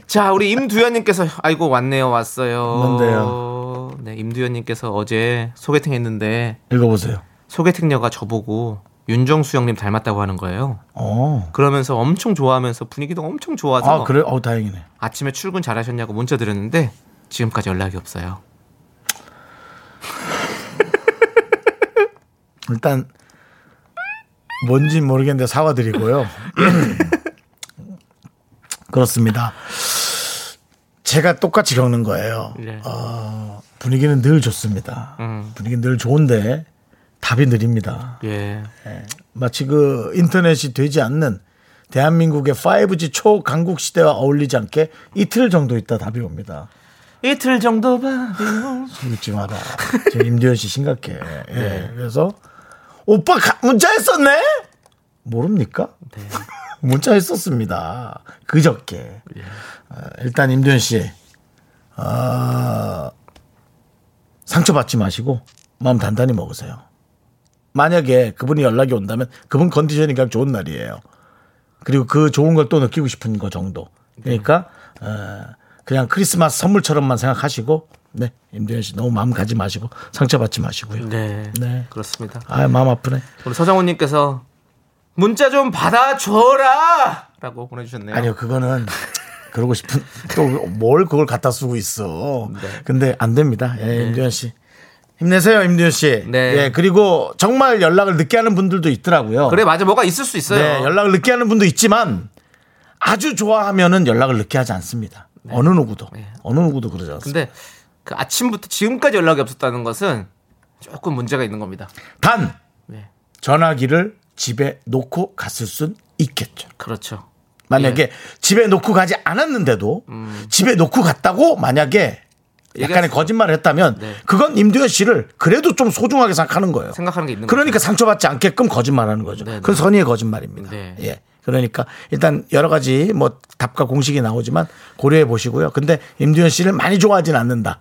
Speaker 2: 자, 우리 임두현님께서 아이고 왔네요, 왔어요.
Speaker 1: 뭔데요?
Speaker 2: 네, 임두현님께서 어제 소개팅 했는데
Speaker 1: 읽어보세요.
Speaker 2: 소개팅녀가 저보고 윤정수 형님 닮았다고 하는 거예요.
Speaker 1: 어.
Speaker 2: 그러면서 엄청 좋아하면서 분위기도 엄청 좋아서
Speaker 1: 아 그래? 어 다행이네.
Speaker 2: 아침에 출근 잘하셨냐고 문자 드렸는데 지금까지 연락이 없어요.
Speaker 1: 일단 뭔지 모르겠는데 사과드리고요. 그렇습니다. 제가 똑같이 겪는 거예요.
Speaker 2: 네. 음.
Speaker 1: 어, 분위기는 늘 좋습니다. 분위기는 늘 좋은데 답이 느립니다.
Speaker 2: 예.
Speaker 1: 마치 그 인터넷이 되지 않는 대한민국의 5G 초강국 시대와 어울리지 않게 이틀 정도 있다 답이 옵니다. 그
Speaker 2: 이틀 정도 봐.
Speaker 1: 웃지 마라. 저 임대현 씨 심각해. 예. 그래서 오빠 가- 문자했었네? 모릅니까? 문자했었습니다. 그저께. 어, 일단 임대현 씨 아, 상처받지 마시고 마음 단단히 먹으세요. 만약에 그분이 연락이 온다면 그분 컨디션이 그냥 좋은 날이에요. 그리고 그 좋은 걸 또 느끼고 싶은 거 정도. 그러니까 어, 그냥 크리스마스 선물처럼만 생각하시고 네 임대현 씨 너무 마음 가지 마시고 상처받지 마시고요.
Speaker 2: 네.
Speaker 1: 네.
Speaker 2: 그렇습니다.
Speaker 1: 아 마음 아프네.
Speaker 2: 우리 서정훈님께서 문자 좀 받아줘라! 라고 보내주셨네요.
Speaker 1: 아니요 그거는 그러고 싶은 또 뭘 그걸 갖다 쓰고 있어.
Speaker 2: 네.
Speaker 1: 근데 안 됩니다. 예, 임대현 씨. 힘내세요, 임대현 씨.
Speaker 2: 네.
Speaker 1: 예, 그리고 정말 연락을 늦게 하는 분들도 있더라고요.
Speaker 2: 그래, 맞아. 뭐가 있을 수 있어요.
Speaker 1: 네, 연락을 늦게 하는 분도 있지만 아주 좋아하면은 연락을 늦게 하지 않습니다.
Speaker 2: 네.
Speaker 1: 어느 누구도. 어느 누구도 그러지 않습니다.
Speaker 2: 근데 그 아침부터 지금까지 연락이 없었다는 것은 조금 문제가 있는 겁니다.
Speaker 1: 단
Speaker 2: 네.
Speaker 1: 전화기를 집에 놓고 갔을 순 있겠죠.
Speaker 2: 그렇죠.
Speaker 1: 만약에 집에 놓고 가지 않았는데도 집에 놓고 갔다고 만약에 약간의
Speaker 2: 음. 얘기할 수-
Speaker 1: 거짓말을 했다면
Speaker 2: 네.
Speaker 1: 그건 임두현 씨를 그래도 좀 소중하게 생각하는 거예요.
Speaker 2: 생각하는 게 있는
Speaker 1: 그러니까 상처받지 않게끔 거짓말하는 거죠.
Speaker 2: 네, 네.
Speaker 1: 그건 선의의 거짓말입니다.
Speaker 2: 네.
Speaker 1: 예. 그러니까 일단 여러 가지 뭐 답과 공식이 나오지만 고려해 보시고요. 근데 임두현 씨를 많이 좋아하진 않는다.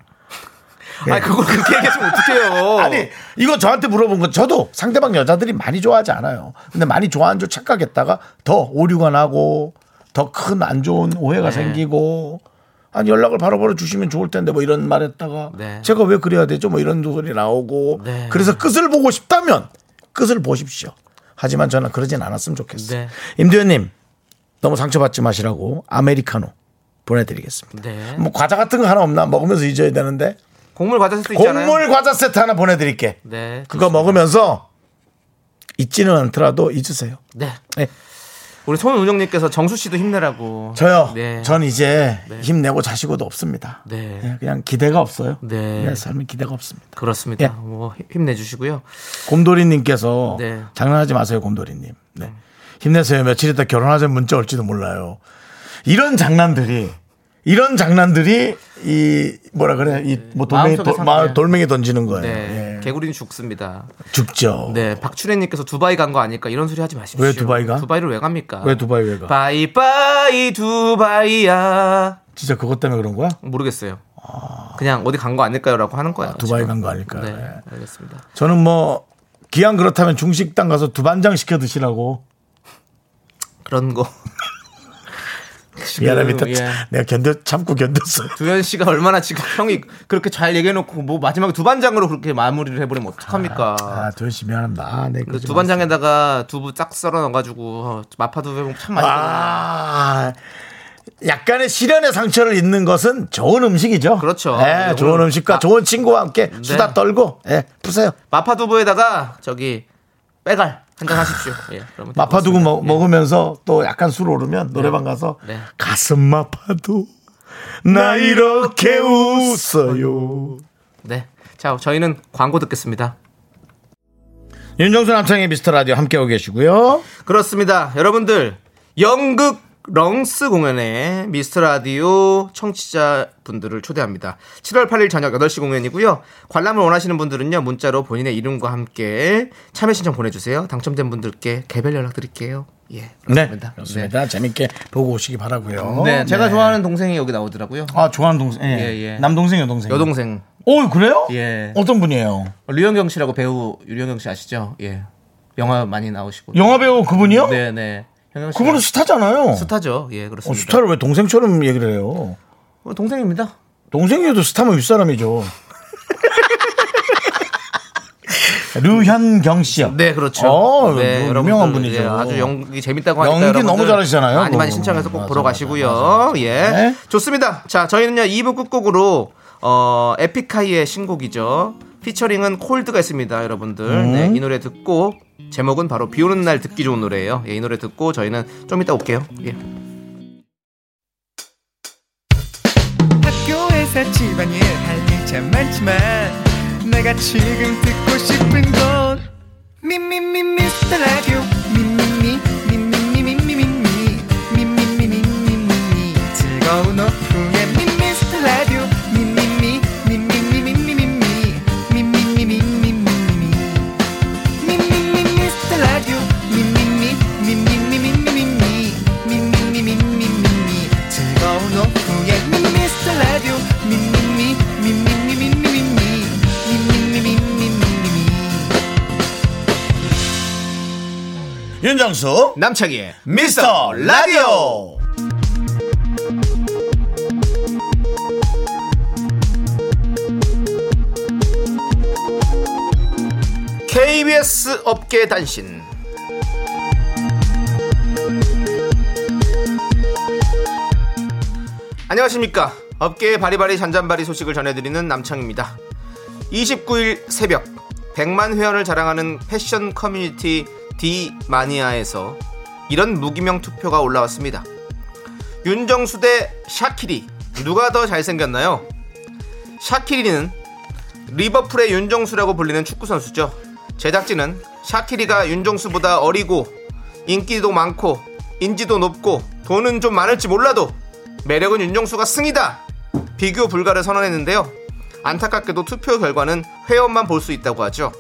Speaker 2: 아, 그걸 그렇게 얘기하시면 어떡해요.
Speaker 1: 네. 아니 이거 저한테 물어본 건 저도 상대방 여자들이 많이 좋아하지 않아요. 근데 많이 좋아하는 줄 착각했다가 더 오류가 나고 더 큰 안 좋은
Speaker 2: 네.
Speaker 1: 오해가 생기고 아니 연락을 바로바로 주시면 좋을 텐데 뭐 이런 말했다가
Speaker 2: 네.
Speaker 1: 제가 왜 그래야 되죠? 뭐 이런 소리 나오고
Speaker 2: 네.
Speaker 1: 그래서 끝을 보고 싶다면 끝을 보십시오. 하지만 저는 그러진 않았으면 좋겠어요.
Speaker 2: 네.
Speaker 1: 임대현님 너무 상처받지 마시라고 아메리카노 보내드리겠습니다.
Speaker 2: 네.
Speaker 1: 뭐 과자 같은 거 하나 없나 먹으면서 잊어야 되는데
Speaker 2: 곡물 과자 세트 있잖아요.
Speaker 1: 곡물 과자 세트 하나 보내드릴게.
Speaker 2: 네.
Speaker 1: 그거 먹으면서 잊지는 않더라도 잊으세요.
Speaker 2: 네.
Speaker 1: 네.
Speaker 2: 우리 손은영님께서 정수 씨도 힘내라고.
Speaker 1: 저요.
Speaker 2: 네.
Speaker 1: 전 이제 힘내고 자시고도 없습니다.
Speaker 2: 네.
Speaker 1: 예, 그냥 기대가 없어요.
Speaker 2: 네.
Speaker 1: 네, 삶에 기대가 없습니다.
Speaker 2: 그렇습니다.
Speaker 1: 예.
Speaker 2: 뭐 힘내주시고요.
Speaker 1: 곰돌이님께서
Speaker 2: 네.
Speaker 1: 장난하지 마세요, 곰돌이님. 네. 힘내세요. 며칠 있다 결혼하자는 문자 올지도 몰라요. 이런 장난들이 이런 장난들이 이 뭐라 그래 이뭐 돌멩이
Speaker 2: 네. 마음속에
Speaker 1: 도- 마-
Speaker 2: 상처.
Speaker 1: 돌멩이 던지는 거예요.
Speaker 2: 네.
Speaker 1: 예.
Speaker 2: 개구리는 죽습니다.
Speaker 1: 죽죠.
Speaker 2: 네. 박춘혜님께서 두바이 간 거 아닐까 이런 소리 하지 마십시오.
Speaker 1: 왜 두바이 가?
Speaker 2: 두바이를 왜 갑니까?
Speaker 1: 왜 두바이 왜 가?
Speaker 2: 바이바이 두바이야.
Speaker 1: 진짜 그것 때문에 그런 거야?
Speaker 2: 모르겠어요. 그냥 어디 간 거 아닐까요라고 하는 거예요.
Speaker 1: 아. 두바이
Speaker 2: 지금.
Speaker 1: 간 거 아닐까?
Speaker 2: 네.
Speaker 1: 예.
Speaker 2: 알겠습니다.
Speaker 1: 저는 뭐 기왕 그렇다면 중식당 가서 두반장 시켜 드시라고
Speaker 2: 그런 거.
Speaker 1: 미안합니다.
Speaker 2: 예.
Speaker 1: 내가 견뎌 참고 견뎠어요.
Speaker 2: 두현 씨가 얼마나 지금 형이 그렇게 잘 얘기해놓고 뭐 마지막에 두반장으로 그렇게 마무리를 해버리면 어떡합니까?
Speaker 1: 아 도현 씨 미안합니다. 아, 네,
Speaker 2: 그
Speaker 1: 그러지
Speaker 2: 두반장에다가 두부 쫙 썰어 넣어가지고 마파두부 해보면 참
Speaker 1: 마세요.
Speaker 2: 맛있거든요.
Speaker 1: 아 약간의 시련의 상처를 잊는 것은 좋은 음식이죠.
Speaker 2: 그렇죠.
Speaker 1: 예,
Speaker 2: 네,
Speaker 1: 좋은
Speaker 2: 오늘-
Speaker 1: 음식과
Speaker 2: 아. 네,
Speaker 1: 좋은 친구와 함께 수다 떨고 예, 푸세요.
Speaker 2: 마파두부에다가 저기 빼갈 한 잔 하십시오. 예, 그러면 될
Speaker 1: 마파두부
Speaker 2: 것
Speaker 1: 먹,
Speaker 2: 같습니다. 예.
Speaker 1: 으면서또 약간 술 오르면 노래방 가서
Speaker 2: 네.
Speaker 1: 가슴 마파도 나 이렇게 웃어요.
Speaker 2: 예. 네. 자, 저희는 광고 듣겠습니다.
Speaker 1: 윤정수 남창의 미스터 라디오 함께하고 계시고요.
Speaker 2: 그렇습니다. 여러분들 연극 렁스 공연에 미스터 라디오 청취자 분들을 초대합니다. 7월 8일 저녁 8시 공연이고요. 관람을 원하시는 분들은요. 문자로 본인의 이름과 함께 참여 신청 보내 주세요. 당첨된 분들께 개별 연락 드릴게요. 예.
Speaker 1: 네,
Speaker 2: 그렇습니다.
Speaker 1: 그렇습니다. 재밌게 보고 오시기 바라고요.
Speaker 2: 네, 제가 좋아하는 동생이 여기 나오더라고요.
Speaker 1: 아 좋아하는 동생, 예.
Speaker 2: 예, 예.
Speaker 1: 남동생, 여동생.
Speaker 2: 여동생
Speaker 1: 오 그래요?
Speaker 2: 예.
Speaker 1: 어떤 분이에요?
Speaker 2: 류현경 씨라고 배우 류현경 씨 아시죠? 예. 영화 많이 나오시고.
Speaker 1: 영화 배우 그분이요?
Speaker 2: 네, 네. 현경 씨.
Speaker 1: 그분은 스타잖아요.
Speaker 2: 스타죠. 예,
Speaker 1: 어,
Speaker 2: 그렇습니다.
Speaker 1: 스타를 왜 동생처럼 얘기를 해요?
Speaker 2: 어, 동생입니다.
Speaker 1: 동생이어도 스타면 윗사람이죠. 류현경 씨요.
Speaker 2: 네, 그렇죠.
Speaker 1: 어, 뭐
Speaker 2: 여러분들,
Speaker 1: 유명한 분이죠.
Speaker 2: 예, 아주 연기 재밌다고 하니까
Speaker 1: 연기
Speaker 2: 여러분들
Speaker 1: 너무 잘하시잖아요,
Speaker 2: 많이 많이
Speaker 1: 그거.
Speaker 2: 신청해서 꼭
Speaker 1: 맞아,
Speaker 2: 보러
Speaker 1: 맞아,
Speaker 2: 가시고요.
Speaker 1: 맞아, 맞아.
Speaker 2: 예.
Speaker 1: 네.
Speaker 2: 좋습니다. 자, 저희는요. 2부 끝곡으로 어, 에픽하이의 신곡이죠. 피처링은 콜드가 있습니다, 여러분들. 네, 이 노래 듣고 제목은 바로 비 오는 날 듣기 좋은 노래예요. 예, 이 노래 듣고 저희는 좀 이따 올게요. 예.
Speaker 6: 학교에서 집안일 할 일 참 많지만 내가 지금 듣고 싶은 건 미미미 미스터 라디오 미미미 미미미 미미미 미미미 미미미 즐거운 오후에 미스터 라디오 미미미 미미미 미미미 미미미 미미미
Speaker 1: 윤정수
Speaker 2: 남창희의
Speaker 1: 미스터 라디오.
Speaker 2: KBS 업계 단신. 안녕하십니까. 업계의 바리바리 잔잔바리 소식을 전해드리는 남창입니다. 29일 새벽, 100만 회원을 자랑하는 패션 커뮤니티 디마니아에서 이런 무기명 투표가 올라왔습니다. 윤정수 대 샤키리, 누가 더 잘생겼나요? 샤키리는 리버풀의 윤정수라고 불리는 축구 선수죠. 제작진은 샤키리가 윤정수보다 어리고 인기도 많고 인지도 높고 돈은 좀 많을지 몰라도 매력은 윤정수가 승이다. 비교 불가를 선언했는데요. 안타깝게도 투표 결과는 회원만 볼 수 있다고 하죠.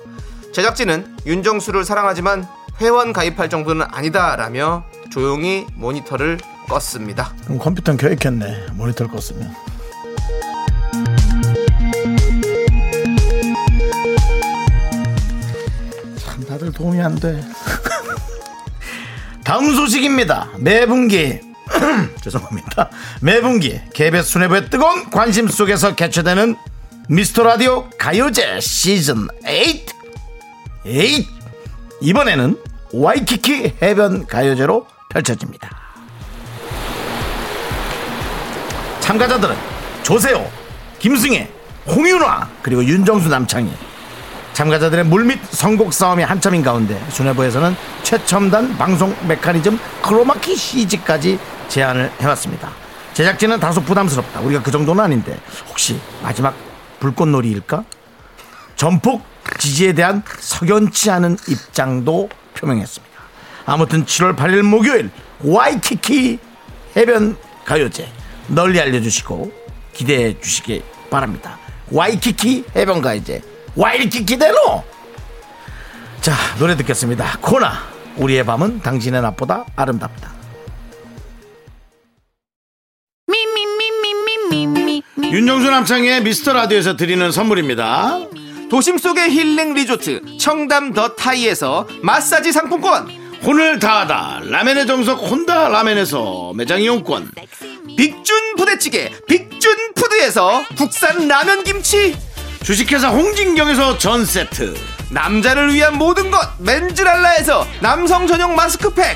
Speaker 2: 제작진은 윤정수를 사랑하지만 회원 가입할 정도는 아니다라며 조용히 모니터를 껐습니다.
Speaker 1: 그럼 컴퓨터는 켜 있겠네. 모니터를 껐으면. 참 다들 도움이 안 돼. 다음 소식입니다. 매 분기 죄송합니다. 매 분기 KBS 순회부의 뜨거운 관심 속에서 개최되는 미스터 라디오 가요제 시즌 8 8 이번에는 와이키키 해변 가요제로 펼쳐집니다. 참가자들은 조세호, 김승혜, 홍윤화 그리고 윤정수 남창희 참가자들의 물밑 선곡 싸움이 한참인 가운데 수뇌부에서는 최첨단 방송 메커니즘 크로마키 CG까지 제안을 해왔습니다. 제작진은 다소 부담스럽다. 우리가 그 정도는 아닌데 혹시 마지막 불꽃놀이일까? 전폭 지지에 대한 석연치 않은 입장도 표명했습니다. 아무튼 7월 8일 목요일 와이키키 해변 가요제 널리 알려주시고 기대해 주시기 바랍니다. 와이키키 해변 가요제 와이키키 대로 자 노래 듣겠습니다. 코나 우리의 밤은 당신의 낮보다 아름답다. 윤정수 남창의 미스터 라디오에서 드리는 선물입니다.
Speaker 2: 도심 속의 힐링 리조트 청담 더 타이에서 마사지 상품권
Speaker 1: 혼을 다하다 라멘의 정석 혼다 라멘에서 매장 이용권
Speaker 2: 빅준 부대찌개 빅준 푸드에서 국산 라면 김치
Speaker 1: 주식회사 홍진경에서 전 세트
Speaker 2: 남자를 위한 모든 것 맨즈랄라에서 남성 전용 마스크팩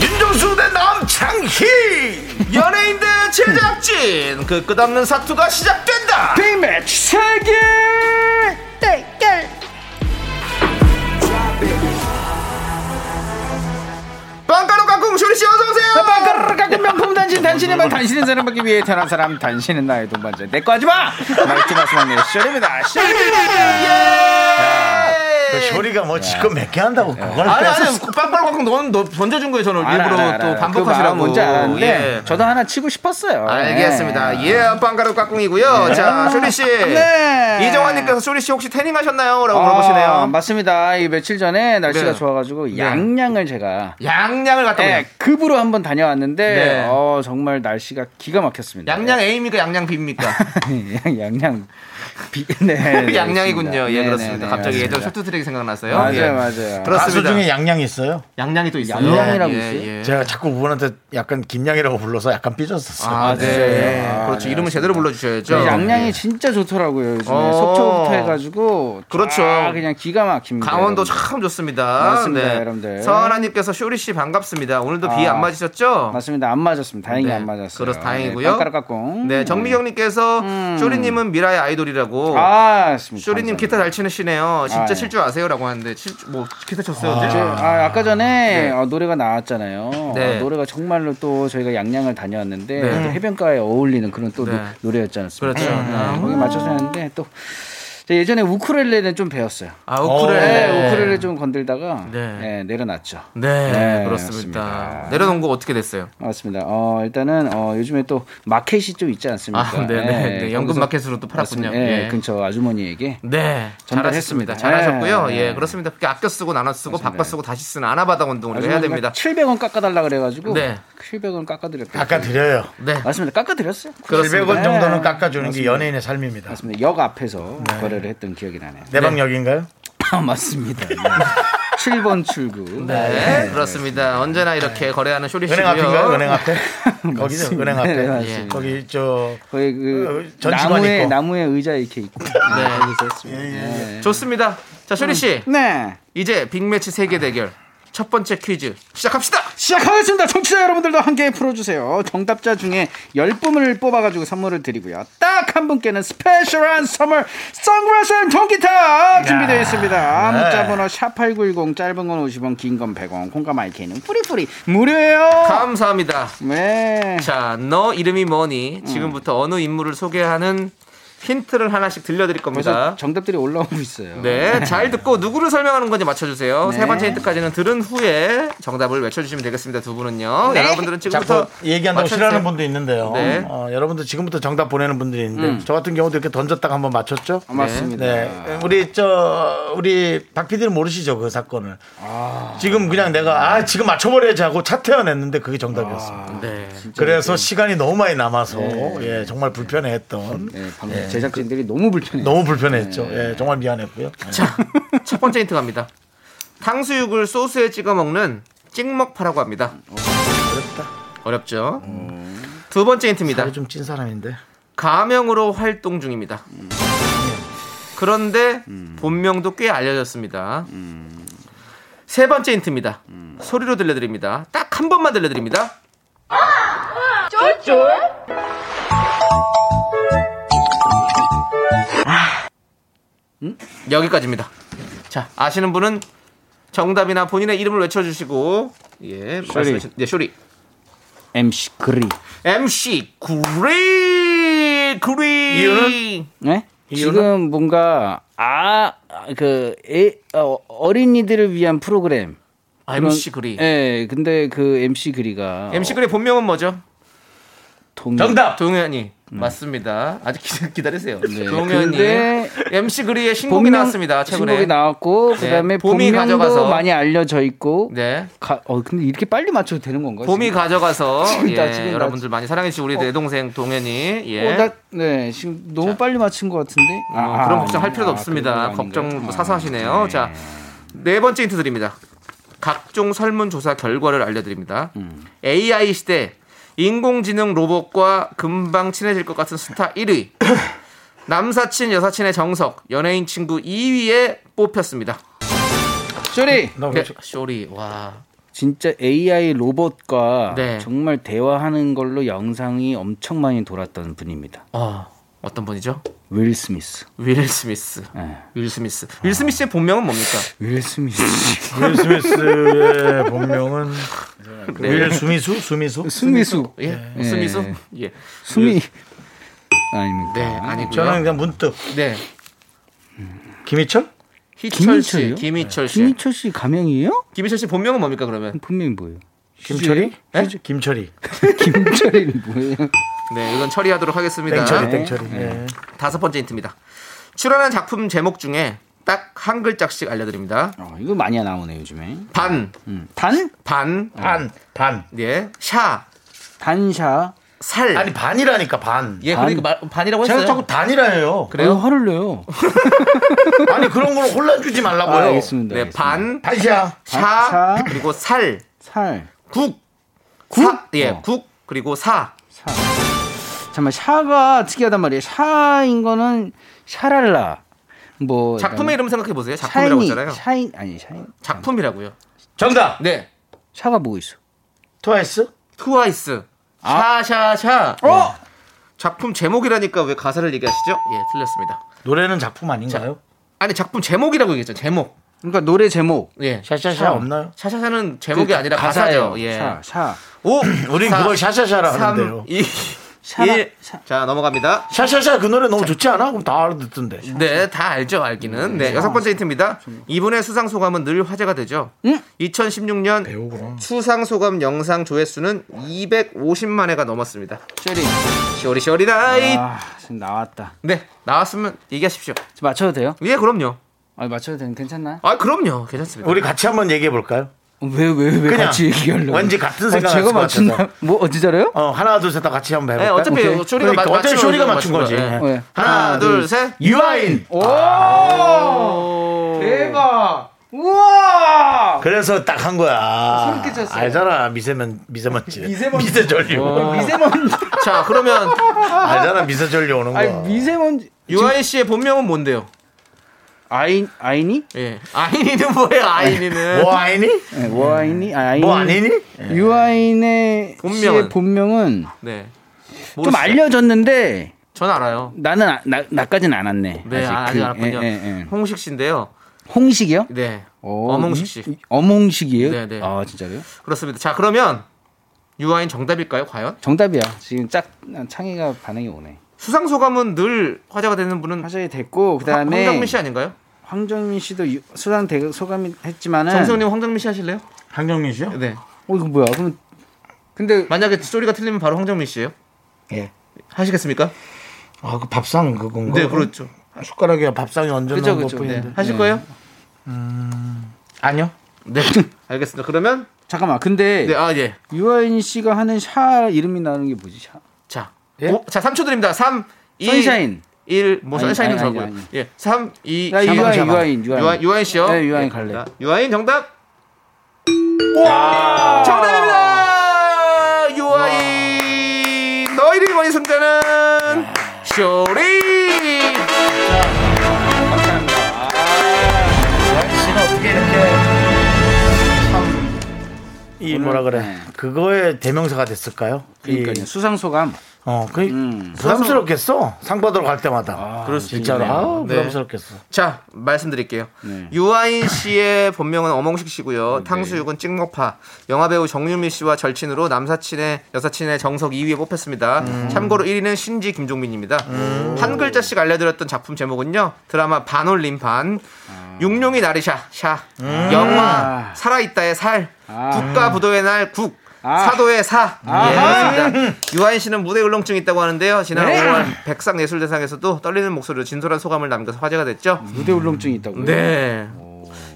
Speaker 1: 윤정수 대 남창희
Speaker 2: 연예인 대 제작진 그 끝없는 사투가 시작된다
Speaker 1: 빅매치 세계
Speaker 2: 빵가루 깍꿍 쇼리씨 어서오세요
Speaker 6: 네, 빵가루를 깎은 명품 단신 단신의 맛 단신인 사람받기 위해 태어난 사람 단신은 나의 동반자 내 거 하지마 말투 마스만의 쇼입니다
Speaker 2: 예!
Speaker 6: 그
Speaker 1: 소리가
Speaker 6: 네.
Speaker 1: 뭐 지금 몇 개 한다고 그걸
Speaker 2: 아니
Speaker 1: 뺏어
Speaker 2: 아니 그 빵가루 깍꿍 너는 너 던져준 거예요 저는
Speaker 6: 알아,
Speaker 2: 일부러
Speaker 6: 알아, 알아.
Speaker 2: 또
Speaker 6: 그
Speaker 2: 반복하시라고
Speaker 6: 마음 뭔지 네. 알았는데
Speaker 2: 예.
Speaker 6: 저도 하나 치고 싶었어요
Speaker 2: 아, 알겠습니다.
Speaker 6: 네.
Speaker 2: 예, 빵가루 깍꿍이고요. 자, 쇼리 씨.
Speaker 6: 네.
Speaker 2: 이정환님께서 쇼리 씨 혹시 태닝 하셨나요?라고
Speaker 6: 아,
Speaker 2: 물어보시네요.
Speaker 6: 맞습니다. 이 며칠 전에 날씨가
Speaker 2: 네.
Speaker 6: 좋아가지고 양양을 제가
Speaker 2: 양양을 갔다 오요
Speaker 6: 네, 급으로 한번 다녀왔는데
Speaker 2: 네.
Speaker 6: 어, 정말 날씨가 기가 막혔습니다.
Speaker 2: 양양 A입니까? 양양 B입니까?
Speaker 6: 양- 양양 비, 네, 네,
Speaker 2: 양양이군요.
Speaker 6: 그렇습니다.
Speaker 2: 예,
Speaker 6: 네,
Speaker 2: 그렇습니다.
Speaker 6: 네,
Speaker 2: 갑자기
Speaker 6: 네,
Speaker 2: 예전
Speaker 6: 맞습니다.
Speaker 2: 쇼트트랙이 생각났어요.
Speaker 6: 맞아요,
Speaker 2: 예.
Speaker 6: 맞아요.
Speaker 1: 가수
Speaker 2: 그렇습니다.
Speaker 1: 중에 양양이 있어요
Speaker 2: 양양이 또 있어요.
Speaker 6: 양양이라고
Speaker 2: 예,
Speaker 6: 있어요?
Speaker 2: 예.
Speaker 1: 제가 자꾸 우분한테 약간 김양이라고 불러서 약간 삐졌었어요
Speaker 2: 아, 네.
Speaker 6: 진짜요?
Speaker 2: 그렇죠.
Speaker 6: 아,
Speaker 2: 이름을 제대로 불러주셔야죠.
Speaker 6: 네, 양양이
Speaker 2: 예.
Speaker 6: 진짜 좋더라고요. 요즘에
Speaker 2: 어.
Speaker 6: 속초부터 해가지고
Speaker 2: 그렇죠.
Speaker 6: 다 그냥 기가 막힙니다.
Speaker 2: 강원도
Speaker 6: 여러분.
Speaker 2: 참 좋습니다. 네.
Speaker 6: 맞습니다, 여러분들.
Speaker 2: 서하나님께서 쇼리 씨 반갑습니다. 오늘도 비
Speaker 6: 아,
Speaker 2: 안 맞으셨죠?
Speaker 6: 맞습니다. 안 맞았습니다. 다행히
Speaker 2: 네,
Speaker 6: 안 맞았어요.
Speaker 2: 그래서 다행이고요.
Speaker 6: 네, 빵가루 깎꿍.
Speaker 2: 네, 정미경님께서 쇼리님은 미라의 아이돌이라고.
Speaker 6: 음. 아, 맞습니다.
Speaker 2: 쇼리님 기타 잘 치시네요. 진짜
Speaker 6: 아, 예.
Speaker 2: 칠 줄 아세요라고 하는데 칠, 줄- 뭐 기타 쳤어요? 어제?
Speaker 6: 아, 아까 전에 어, 노래가 나왔잖아요.
Speaker 2: 네.
Speaker 6: 어, 노래가 정말로 또 저희가 양양을 다녀왔는데
Speaker 2: 네.
Speaker 6: 또 해변가에 어울리는 그런 또
Speaker 2: 네.
Speaker 6: 노- 노래였지 않습니까?
Speaker 2: 그렇죠.
Speaker 6: 네, 거기 맞춰서 했는데 또 제가 예전에 우쿨렐레는 좀 배웠어요.
Speaker 2: 아
Speaker 6: 네,
Speaker 2: 우쿨렐레.
Speaker 6: 우쿨렐레 좀 건들다가
Speaker 2: 네.
Speaker 6: 네, 내려놨죠.
Speaker 2: 네,
Speaker 6: 네,
Speaker 2: 그렇습니다.
Speaker 6: 맞습니다.
Speaker 2: 내려놓은 거 어떻게 됐어요?
Speaker 6: 맞습니다. 어, 일단은 어, 요즘에 또 마켓이 좀 있지 않습니까?
Speaker 2: 아, 네, 네, 네. 연금
Speaker 6: 그러니까, 거기서-
Speaker 2: 마켓으로 또 팔았군요.
Speaker 6: 맞습니다. 예,
Speaker 2: 예.
Speaker 6: 근처 아주머니에게
Speaker 2: 네,
Speaker 6: 전달했습니다.
Speaker 2: 잘하셨습니다. 잘하셨고요.
Speaker 6: 네.
Speaker 2: 예, 그렇습니다. 그게 아껴 쓰고 나눠 쓰고 바꿔 쓰고 다시 쓰는 아나바다 운동을 우리가 해야 됩니다.
Speaker 6: 700원 깎아달라 그래가지고
Speaker 2: 네.
Speaker 6: 700원 깎아드렸다.
Speaker 1: 아까 드려요
Speaker 2: 네,
Speaker 6: 맞습니다. 깎아드렸어요.
Speaker 2: 그렇습니다.
Speaker 1: 700원 정도는
Speaker 6: 네.
Speaker 1: 깎아주는 게 연예인의 삶입니다
Speaker 6: 맞습니다. 역 앞에서
Speaker 2: 네.
Speaker 6: 거래를 했던 기억이 나네요.
Speaker 1: 내방역인가요?
Speaker 6: 아, 맞습니다. 네. 7번 출구.
Speaker 2: 네, 그렇습니다. 언제나 이렇게 거래하는 쇼리
Speaker 1: 은행
Speaker 2: 씨고요.
Speaker 1: 앞인가요? 은행 앞에? 거기죠.
Speaker 6: 맞습니다.
Speaker 1: 은행
Speaker 6: 네,
Speaker 1: 앞에.
Speaker 6: 맞습니다.
Speaker 1: 거기 저
Speaker 6: 거의 그
Speaker 1: 어, 전시관
Speaker 6: 나무에
Speaker 1: 있고.
Speaker 6: 나무에 의자 이렇게 있고. 네. 거기서 했습니다. 네.
Speaker 2: 좋습니다. 자, 쇼리 씨,
Speaker 6: 네.
Speaker 2: 이제 빅매치 세계 대결 첫 번째 퀴즈 시작합시다.
Speaker 6: 시작하겠습니다. 청취자 여러분들도 함께 풀어주세요. 정답자 중에 10분을 뽑아가지고 선물을 드리고요. 딱 한 분께는 스페셜한 선물 선글라스 앤 통기타 준비되어 있습니다.
Speaker 2: 네.
Speaker 6: 문자번호 샵8910 짧은 건 50원 긴 건 100원 콩과 마이크는 뿌리뿌리 무료예요.
Speaker 2: 감사합니다.
Speaker 6: 네.
Speaker 2: 자, 너 이름이 뭐니? 지금부터
Speaker 7: 음.
Speaker 2: 어느 인물을 소개하는 힌트를 하나씩 들려드릴
Speaker 6: 벌써
Speaker 2: 겁니다.
Speaker 6: 정답들이 올라오고 있어요.
Speaker 2: 네, 잘 듣고 누구를 설명하는 건지 맞춰주세요.
Speaker 6: 네.
Speaker 2: 세 번째 힌트까지는 들은 후에 정답을 외쳐주시면 되겠습니다. 두 분은요. 여러분들은
Speaker 7: 네. 자꾸 뭐,
Speaker 2: 지금부터
Speaker 7: 얘기한다고
Speaker 2: 맞춰주세요.
Speaker 7: 싫어하는 분도 있는데요.
Speaker 2: 네.
Speaker 7: 어, 여러분들 지금부터 정답 보내는 분들이 있는데
Speaker 1: 음.
Speaker 7: 저 같은 경우도 이렇게 던졌다가 한번 맞췄죠.
Speaker 6: 맞습니다.
Speaker 7: 네, 우리 저 우리 박 PD는 모르시죠 그 사건을.
Speaker 2: 아.
Speaker 7: 지금 그냥 내가 아 지금 맞춰버려야지 하고 차 태어냈는데 그게 정답이었습니다.
Speaker 2: 네.
Speaker 7: 그래서 시간이 너무 많이 남아서 예 정말 불편해했던
Speaker 6: 네, 방금 제작진들이 너무 불편해요.
Speaker 7: 너무 불편했죠.
Speaker 2: 네.
Speaker 7: 예 정말 미안했고요.
Speaker 2: 자, 첫 번째 힌트 갑니다. 탕수육을 소스에 찍어 먹는 찍먹파라고 합니다. 어렵다. 죠 두 번째 힌트입니다.
Speaker 7: 음. 좀 찐 사람인데
Speaker 2: 가명으로 활동 중입니다. 그런데
Speaker 7: 음.
Speaker 2: 본명도 꽤 알려졌습니다. 세 번째 힌트입니다.
Speaker 7: 음.
Speaker 2: 소리로 들려드립니다. 딱 한 번만 들려드립니다. 쫄쫄. 아. 여기까지입니다. 자 아시는 분은 정답이나 본인의 이름을 외쳐주시고 예 말씀해주신 네 쇼리
Speaker 6: MC 그리.
Speaker 2: MC 구리 구리
Speaker 7: 이유는?
Speaker 6: 네? 지금 뭔가 아, 아그 어, 어린이들을 위한 프로그램
Speaker 2: 아, MC 그리
Speaker 6: 예, 근데 그 MC 그리가 어,
Speaker 2: MC 그리 본명은 뭐죠?
Speaker 6: 동
Speaker 7: 정답
Speaker 2: 동현이 맞습니다. 아직 기- 기다리세요. 동현이
Speaker 6: 음. 네, 근데
Speaker 2: MC 그리의 신곡이 나왔습니다. 최근에 네.
Speaker 6: 신곡이 나왔고 그다음에
Speaker 2: 봄이
Speaker 6: 봄이
Speaker 2: 가져가서.
Speaker 6: 가져가서 많이 알려져 있고
Speaker 2: 네.
Speaker 6: 가, 어 근데 이렇게 빨리 맞춰도 되는 건가요?
Speaker 2: 봄이 가져가서
Speaker 6: 지금 나-
Speaker 2: 예,
Speaker 6: 지금 나-
Speaker 2: 여러분들 많이 사랑해 주신 우리 내 동생 동현이 예.
Speaker 6: 어, 나, 네, 지금 너무 빨리 맞춘 것 같은데.
Speaker 2: 어, 그런 걱정 할 필요도 없습니다.
Speaker 6: 아, 그런 거 아닌가요?
Speaker 2: 걱정 뭐 사사하시네요. 자, 네 번째 힌트 드립니다. 각종 설문조사 결과를 알려드립니다. AI 시대 인공지능 로봇과 금방 친해질 것 같은 스타 1위. 남사친, 여사친의 정석, 연예인 친구 2위에 뽑혔습니다.
Speaker 6: 쇼리
Speaker 7: 나
Speaker 2: 네,
Speaker 7: 그렇죠.
Speaker 2: 쇼리, 와.
Speaker 6: 진짜 AI 로봇과
Speaker 2: 네.
Speaker 6: 정말 대화하는 걸로 영상이 엄청 많이 돌았던 분입니다.
Speaker 2: 어, 어떤 분이죠?
Speaker 6: 윌 스미스.
Speaker 2: 윌 스미스.
Speaker 6: 네.
Speaker 2: 윌 스미스. 윌 스미스의 본명은 뭡니까?
Speaker 6: 윌 스미스. 그
Speaker 7: 윌 스미스의 본명은
Speaker 2: 네.
Speaker 7: 윌 수미수 수미수
Speaker 6: 스미수.
Speaker 2: 예, 스미스? 예.
Speaker 6: 스미. 아닙니까?
Speaker 2: 네, 아니고요.
Speaker 7: 저는 그냥 문득
Speaker 2: 네.
Speaker 7: 김희철
Speaker 2: 희철 씨,
Speaker 6: 김희철이요?
Speaker 2: 김희철 씨.
Speaker 6: 김희철 씨 가명이에요?
Speaker 2: 김희철 씨 본명은 뭡니까 그러면?
Speaker 6: 분명히 뭐예요?
Speaker 7: 김철이
Speaker 2: 네?
Speaker 7: 김철이
Speaker 6: 김철이 뭐예요?
Speaker 2: 네, 이건 처리하도록 하겠습니다.
Speaker 7: 땡철이
Speaker 6: 네.
Speaker 7: 땡철이 예.
Speaker 2: 다섯 번째 힌트입니다. 출연한 작품 제목 중에 딱 한 글자씩 알려드립니다.
Speaker 6: 어, 이거 많이 나오네 요즘에.
Speaker 2: 반,
Speaker 6: 음. 단?
Speaker 2: 반,
Speaker 7: 반, 반.
Speaker 2: 예, 샤,
Speaker 6: 단샤.
Speaker 2: 살.
Speaker 7: 아니 반이라니까 반.
Speaker 2: 예, 그러니까 말- 반이라고
Speaker 7: 제가
Speaker 2: 했어요.
Speaker 7: 자꾸 단이라 해요.
Speaker 6: 왜
Speaker 2: 그래요?
Speaker 6: 어, 화를 내요?
Speaker 7: 아니 그런 걸로 혼란 주지
Speaker 6: 아,
Speaker 7: 말라고요.
Speaker 6: 알겠습니다.
Speaker 2: 네,
Speaker 6: 알겠습니다.
Speaker 2: 반,
Speaker 7: 다시야.
Speaker 2: 샤,
Speaker 6: 샤.
Speaker 2: 그리고 살,
Speaker 6: 살.
Speaker 2: 국,
Speaker 6: 국?
Speaker 2: 사, 예,
Speaker 6: 어.
Speaker 2: 국, 그리고 사.
Speaker 6: 살. 잠깐만 샤가 특이하단 말이에요. 샤인 거는 샤랄라. 뭐
Speaker 2: 작품의
Speaker 6: 그다음에
Speaker 2: 이름 생각해 보세요. 작품이라고
Speaker 6: 샤이니,
Speaker 2: 했잖아요.
Speaker 6: 샤인 아니 샤인.
Speaker 2: 작품이라고요.
Speaker 7: 정답.
Speaker 2: 네,
Speaker 6: 샤가 뭐 있어?
Speaker 7: 트와이스.
Speaker 2: 트와이스,
Speaker 7: 아.
Speaker 2: 샤샤샤.
Speaker 7: 어?
Speaker 2: 예. 작품 제목이라니까 왜 가사를 얘기하시죠? 예, 틀렸습니다.
Speaker 7: 노래는 작품 아닌가요?
Speaker 2: 아니 작품 제목이라고 얘기했죠. 제목.
Speaker 6: 그러니까 노래 제목.
Speaker 2: 예.
Speaker 7: 샤샤샤 없나요? 그
Speaker 2: 샤샤샤는 제목이 아니라 가사죠.
Speaker 6: 가사예요.
Speaker 2: 예.
Speaker 6: 샤, 샤.
Speaker 2: 오,
Speaker 7: 우린
Speaker 2: 사,
Speaker 7: 그걸 샤샤샤라
Speaker 2: 삼,
Speaker 7: 하는데요.
Speaker 2: 이,
Speaker 6: 샤라,
Speaker 2: 일.
Speaker 6: 샤.
Speaker 2: 자 넘어갑니다.
Speaker 7: 샤샤샤 그 노래 너무 좋지 않아? 그럼 다 알아듣던데.
Speaker 2: 네, 다 알죠, 알기는. 네, 여섯 번째 힌트입니다. 이분의 수상 소감은 늘 화제가 되죠. 2016년 수상 소감 영상 조회수는 250만 회가 넘었습니다.
Speaker 6: 쉐리.
Speaker 2: 시오리 시오리 나이.
Speaker 6: 아, 지금 나왔다.
Speaker 2: 네, 나왔으면 얘기하십시오.
Speaker 6: 지금 맞춰도 돼요?
Speaker 2: 예, 그럼요.
Speaker 6: 아, 맞춰도 되는 괜찮나요?
Speaker 2: 아, 그럼요. 괜찮습니다.
Speaker 7: 우리 같이 한번 얘기해 볼까요?
Speaker 6: 왜 왜 왜
Speaker 7: 그냥
Speaker 6: 같이 얘기하려고?
Speaker 7: 왠지 같은
Speaker 6: 아,
Speaker 7: 생각을
Speaker 6: 제가
Speaker 7: 했을 것
Speaker 6: 맞춘다.
Speaker 7: 같아서.
Speaker 6: 뭐 어찌 잘해요?
Speaker 7: 어 하나 둘 셋 다 같이 한번
Speaker 2: 네,
Speaker 7: 해볼까요?
Speaker 2: 어차피
Speaker 6: 오케이.
Speaker 2: 쇼리가
Speaker 7: 그러니까
Speaker 2: 맞-
Speaker 7: 어차피
Speaker 2: 맞추면
Speaker 7: 쇼리가
Speaker 2: 거예요.
Speaker 7: 맞춘 거지.
Speaker 2: 거예요.
Speaker 6: 예.
Speaker 2: 네. 하나, 둘, 셋.
Speaker 7: 유아인.
Speaker 2: 오.
Speaker 6: 대박. 우와.
Speaker 7: 그래서 딱 한 거야.
Speaker 6: 소름 끼쳤어요.
Speaker 7: 알잖아 미세면 미세먼지. 미세먼지. 어. 미세전류.
Speaker 6: 미세먼지.
Speaker 2: 자, 그러면
Speaker 7: 알잖아 미세전류 오는 거.
Speaker 6: 아니 미세먼지.
Speaker 2: 유아인 씨의 본명은 뭔데요?
Speaker 6: 아인 아인이?
Speaker 2: 예. 아인이는 뭐예요? 아인이는
Speaker 1: 뭐 아니니?
Speaker 6: 네, 워아인이? 아, 아인.
Speaker 1: 뭐
Speaker 7: 음.
Speaker 1: 아니니?
Speaker 6: 유아인의
Speaker 2: 본명은?
Speaker 6: 씨의 본명은
Speaker 2: 네.
Speaker 6: 좀
Speaker 2: 모르시죠?
Speaker 6: 알려졌는데
Speaker 2: 전 알아요.
Speaker 6: 나는 아- 나, 나까지는 안 왔네.
Speaker 2: 네, 아, 아직
Speaker 6: 그-
Speaker 2: 알았군요.
Speaker 6: 예, 예, 예.
Speaker 2: 홍식 씨인데요.
Speaker 6: 홍식이요?
Speaker 2: 네.
Speaker 6: 어,
Speaker 2: 어몽식 씨.
Speaker 6: 이- 어몽식이에요?
Speaker 2: 네, 네.
Speaker 6: 아 진짜요?
Speaker 2: 그렇습니다. 자, 그러면 유아인 정답일까요? 과연?
Speaker 6: 정답이야. 지금 짝 창의가 반응이 오네.
Speaker 2: 수상 소감은 늘 화제가 되는 분은
Speaker 6: 화제이 됐고 그다음에
Speaker 2: 황정민 씨 아닌가요?
Speaker 6: 황정민 씨도 유- 수상 대- 소감이 했지만은
Speaker 2: 정수님 황정민 씨 하실래요?
Speaker 7: 한경민 씨요?
Speaker 2: 네.
Speaker 6: 어 이거 뭐야? 그럼 근데
Speaker 2: 만약에 소리가 틀리면 바로 황정민 씨예요.
Speaker 7: 예.
Speaker 2: 하시겠습니까?
Speaker 7: 아, 그 밥상 그건가?
Speaker 2: 네, 그렇죠.
Speaker 7: 숟가락에 밥상에
Speaker 2: 그렇죠,
Speaker 7: 얹어놓은
Speaker 2: 그렇죠. 네.
Speaker 7: 것뿐인데.
Speaker 2: 하실
Speaker 6: 네.
Speaker 2: 거예요?
Speaker 6: 음.
Speaker 7: 아니요.
Speaker 2: 네. 알겠습니다. 그러면
Speaker 6: 잠깐만. 근데
Speaker 2: 네, 아 예.
Speaker 6: 유아인 씨가 하는 샤 이름이 나오는 게 뭐지? 샤.
Speaker 2: 자.
Speaker 7: 예?
Speaker 2: 오, 자, 3초 드립니다. 3 2
Speaker 6: 선샤인.
Speaker 2: 1. 뭐
Speaker 6: 아니,
Speaker 2: 선샤인은
Speaker 6: 아니, 아니,
Speaker 2: 저고요.
Speaker 6: 아니.
Speaker 2: 예. 3 2
Speaker 6: 나
Speaker 7: 샤방,
Speaker 6: 유아인,
Speaker 7: 샤방.
Speaker 6: 유아인, 유아인.
Speaker 2: 유아, 유아인 씨요?
Speaker 6: 네, 유아인
Speaker 2: 예,
Speaker 6: 갈래.
Speaker 2: 자, 유아인 정답. 정답입니다. 유아인 너희를 원인 승자는 쇼리.
Speaker 7: 이 뭐라 그래. 그거의 대명사가 됐을까요?
Speaker 6: 그러니까요.
Speaker 7: 이-
Speaker 6: 수상 소감.
Speaker 7: 어, 그 부담스럽겠어. 상 받으러 갈 때마다. 그럴 수 진짜로. 아,
Speaker 2: 네.
Speaker 7: 부담스럽겠어.
Speaker 2: 자 말씀드릴게요.
Speaker 7: 네.
Speaker 2: 유아인 씨의 본명은 어몽식 씨고요. 탕수육은 찍먹파. 영화배우 정유미 씨와 절친으로 남사친의 여사친의 정석 2위에 뽑혔습니다.
Speaker 7: 음.
Speaker 2: 참고로 1위는 신지 김종민입니다. 한 글자씩 알려드렸던 작품 제목은요. 드라마 반올림판,
Speaker 7: 아.
Speaker 2: 육룡이 나리샤 샤, 영화 살아있다의 살, 국가 부도의 날 국. 사도의 사. 예, 그렇습니다. 유아인 씨는 무대 울렁증이 있다고 하는데요. 지난 5월 백상예술대상에서도 떨리는 목소리로 진솔한 소감을 남겨서 화제가 됐죠.
Speaker 6: 무대 울렁증이 있다고요?
Speaker 2: 음. 네.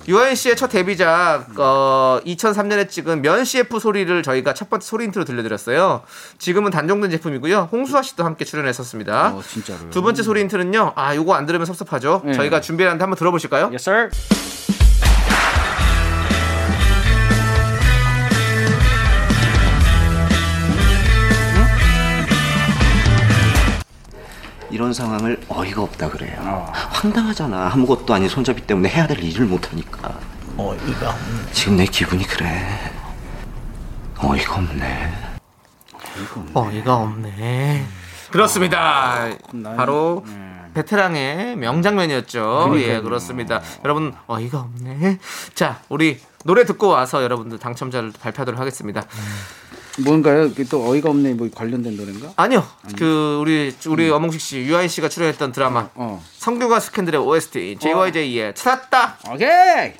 Speaker 2: 유아인 씨의 첫 데뷔작 어, 2003년에 찍은 면 CF 소리를 저희가 첫 번째 소리 인트로 들려드렸어요. 지금은 단종된 제품이고요. 홍수아 씨도 함께 출연했었습니다.
Speaker 6: 어, 진짜로요.
Speaker 2: 두 번째 소리 인트는요. 아, 요거 안 들으면 섭섭하죠. 저희가 준비했는데 한번 들어보실까요?
Speaker 6: Yes sir.
Speaker 8: 이런 상황을 어이가 없다 그래요. 황당하잖아. 아무것도 아닌 손잡이 때문에 해야 될 일을 못하니까.
Speaker 7: 어이가.
Speaker 8: 지금 내 기분이 그래. 어이가 없네.
Speaker 2: 어이가 없네. 아, 그렇습니다. 바로 베테랑의 명장면이었죠. 예, 네. 그렇습니다. 여러분 어이가 없네. 자, 우리 노래 듣고 와서 여러분들 당첨자를 발표하도록 하겠습니다.
Speaker 6: 뭔가요? 이게 또 어이가 없네. 뭐 관련된 노래인가?
Speaker 2: 아니요, 그 우리 우리 어몽식 씨, 유아인 씨가 출연했던 드라마
Speaker 6: 어.
Speaker 2: 성균관 스캔들의 OST JYJ의 찾았다.
Speaker 6: 오케이.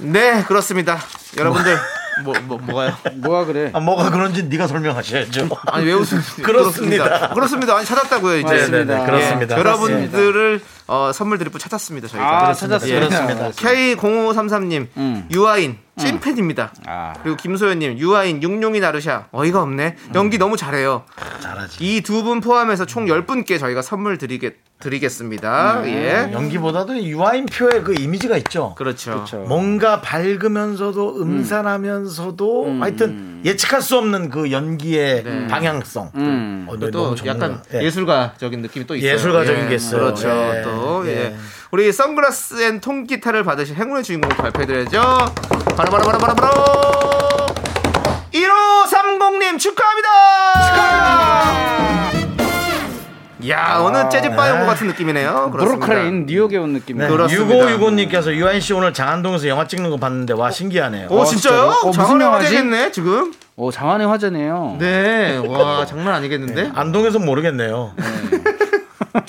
Speaker 2: 네, 그렇습니다. 여러분들 뭐, 뭐 뭐가요?
Speaker 6: 뭐가 그래?
Speaker 7: 아, 뭐가 그런지 네가 설명하셔야죠.
Speaker 2: 아니 왜 웃으세요?
Speaker 7: 그렇습니다.
Speaker 2: 그렇습니다. 그렇습니다. 아니 찾았다고요 이제.
Speaker 6: 맞습니다.
Speaker 7: 네, 네, 그렇습니다.
Speaker 2: 예, 여러분들을 어, 선물 드릴 분 찾았습니다 저희가.
Speaker 6: 아, 찾았어요.
Speaker 2: 그렇습니다. K0533님
Speaker 7: 음.
Speaker 2: 유아인 찐팬입니다.
Speaker 6: 아.
Speaker 2: 그리고 김소연님 유아인 육룡이 나르샤 어이가 없네.
Speaker 7: 음.
Speaker 2: 연기 너무 잘해요.
Speaker 7: 잘하지.
Speaker 2: 이 두 분 포함해서 총 10분께 저희가 선물 드리겠,
Speaker 7: 음.
Speaker 2: 드리겠습니다. 예.
Speaker 7: 연기보다도 이 유아인 표의 그 이미지가 있죠.
Speaker 2: 그렇죠.
Speaker 7: 뭔가 밝으면서도 음산하면서도 하여튼 예측할 수 없는 그 연기의 방향성. 어,
Speaker 1: 네,
Speaker 7: 너
Speaker 2: 또
Speaker 7: 너무 전문가.
Speaker 2: 약간
Speaker 7: 예.
Speaker 2: 예술가적인 느낌이 또 있어요.
Speaker 7: 예술가적인
Speaker 2: 예.
Speaker 7: 게 있어요.
Speaker 2: 그렇죠.
Speaker 7: 예.
Speaker 2: 또 예.
Speaker 7: 예.
Speaker 2: 우리 선글라스 앤 통기타를 받으신 행운의 주인공을 발표해드려야죠. 바로 바로 바로 바로 바로 1530님 축하합니다. 야 오늘 재즈바에 온것 같은 느낌이네요. 그렇습니다.
Speaker 6: 브로클린 뉴욕에 온 느낌.
Speaker 7: 네.
Speaker 2: 그렇습니다.
Speaker 7: 유고유고님께서 유아인 씨 오늘 장안동에서 영화 찍는 거 봤는데 와 신기하네요.
Speaker 2: 오 진짜요?
Speaker 6: 어, 무슨
Speaker 2: 장원의
Speaker 6: 영화지?
Speaker 2: 화제겠네 지금.
Speaker 6: 오 장안의 화제네요.
Speaker 2: 네. 와 장난 아니겠는데?
Speaker 1: 네.
Speaker 7: 안동에서 모르겠네요.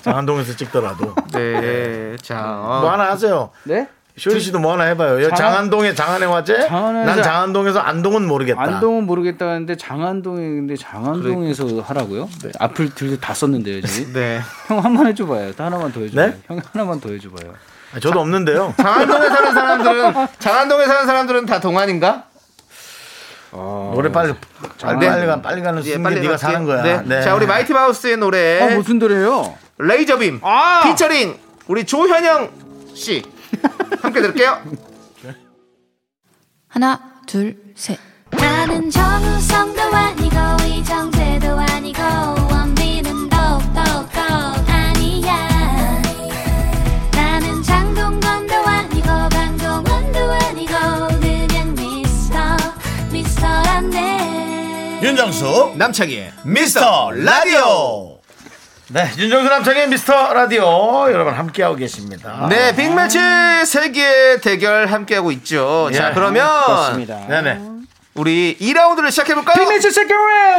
Speaker 7: 장안동에서 찍더라도
Speaker 2: 네. 자. 어.
Speaker 7: 뭐 하나 하세요.
Speaker 6: 네?
Speaker 7: 쇼리 씨도 뭐 하나 해봐요.
Speaker 6: 장안-
Speaker 7: 장안, 동의 장안의 화제?
Speaker 6: 장안에서-
Speaker 7: 난 장안동에서 안동은 모르겠다.
Speaker 6: 안동은 모르겠다는데 장안동에 근데 장안동에서 하라고요? 네. 앞을 들고 다 썼는데요 지금.
Speaker 2: 네.
Speaker 6: 형 한 번 해줘봐요. 또 하나만 더 해줘봐요.
Speaker 7: 네?
Speaker 6: 형 하나만 더 해줘봐요.
Speaker 7: 아, 저도 없는데요.
Speaker 2: 장안동에 사는 사람들은 장안동에 사는 사람들은 다 동안인가?
Speaker 7: 노래 빨리 빨리,
Speaker 2: 어. 네.
Speaker 7: 빨리 가 빨리 가는 순간 네가
Speaker 2: 갈게요.
Speaker 7: 사는 거야.
Speaker 2: 네. 자 우리 마이티 마우스의 노래
Speaker 6: 어 무슨 노래예요?
Speaker 2: 레이저빔
Speaker 6: 아!
Speaker 2: 피처링 우리 조현영 씨 함께 들을게요.
Speaker 4: 하나, 둘, 셋.
Speaker 5: 나는 정우성도 아니고 이정재도 아니고 원빈은 더욱더 아니야 나
Speaker 1: 윤정수
Speaker 2: 남창희의
Speaker 1: 미스터 라디오. 네, 윤정수 남창의 미스터 라디오 여러분 함께하고 계십니다.
Speaker 2: 네, 빅매치 세계 대결 함께하고 있죠.
Speaker 1: 예.
Speaker 2: 자, 그러면
Speaker 6: 그렇습니다.
Speaker 1: 네네.
Speaker 2: 우리 2라운드를 시작해볼까요?
Speaker 6: 빅매치 세계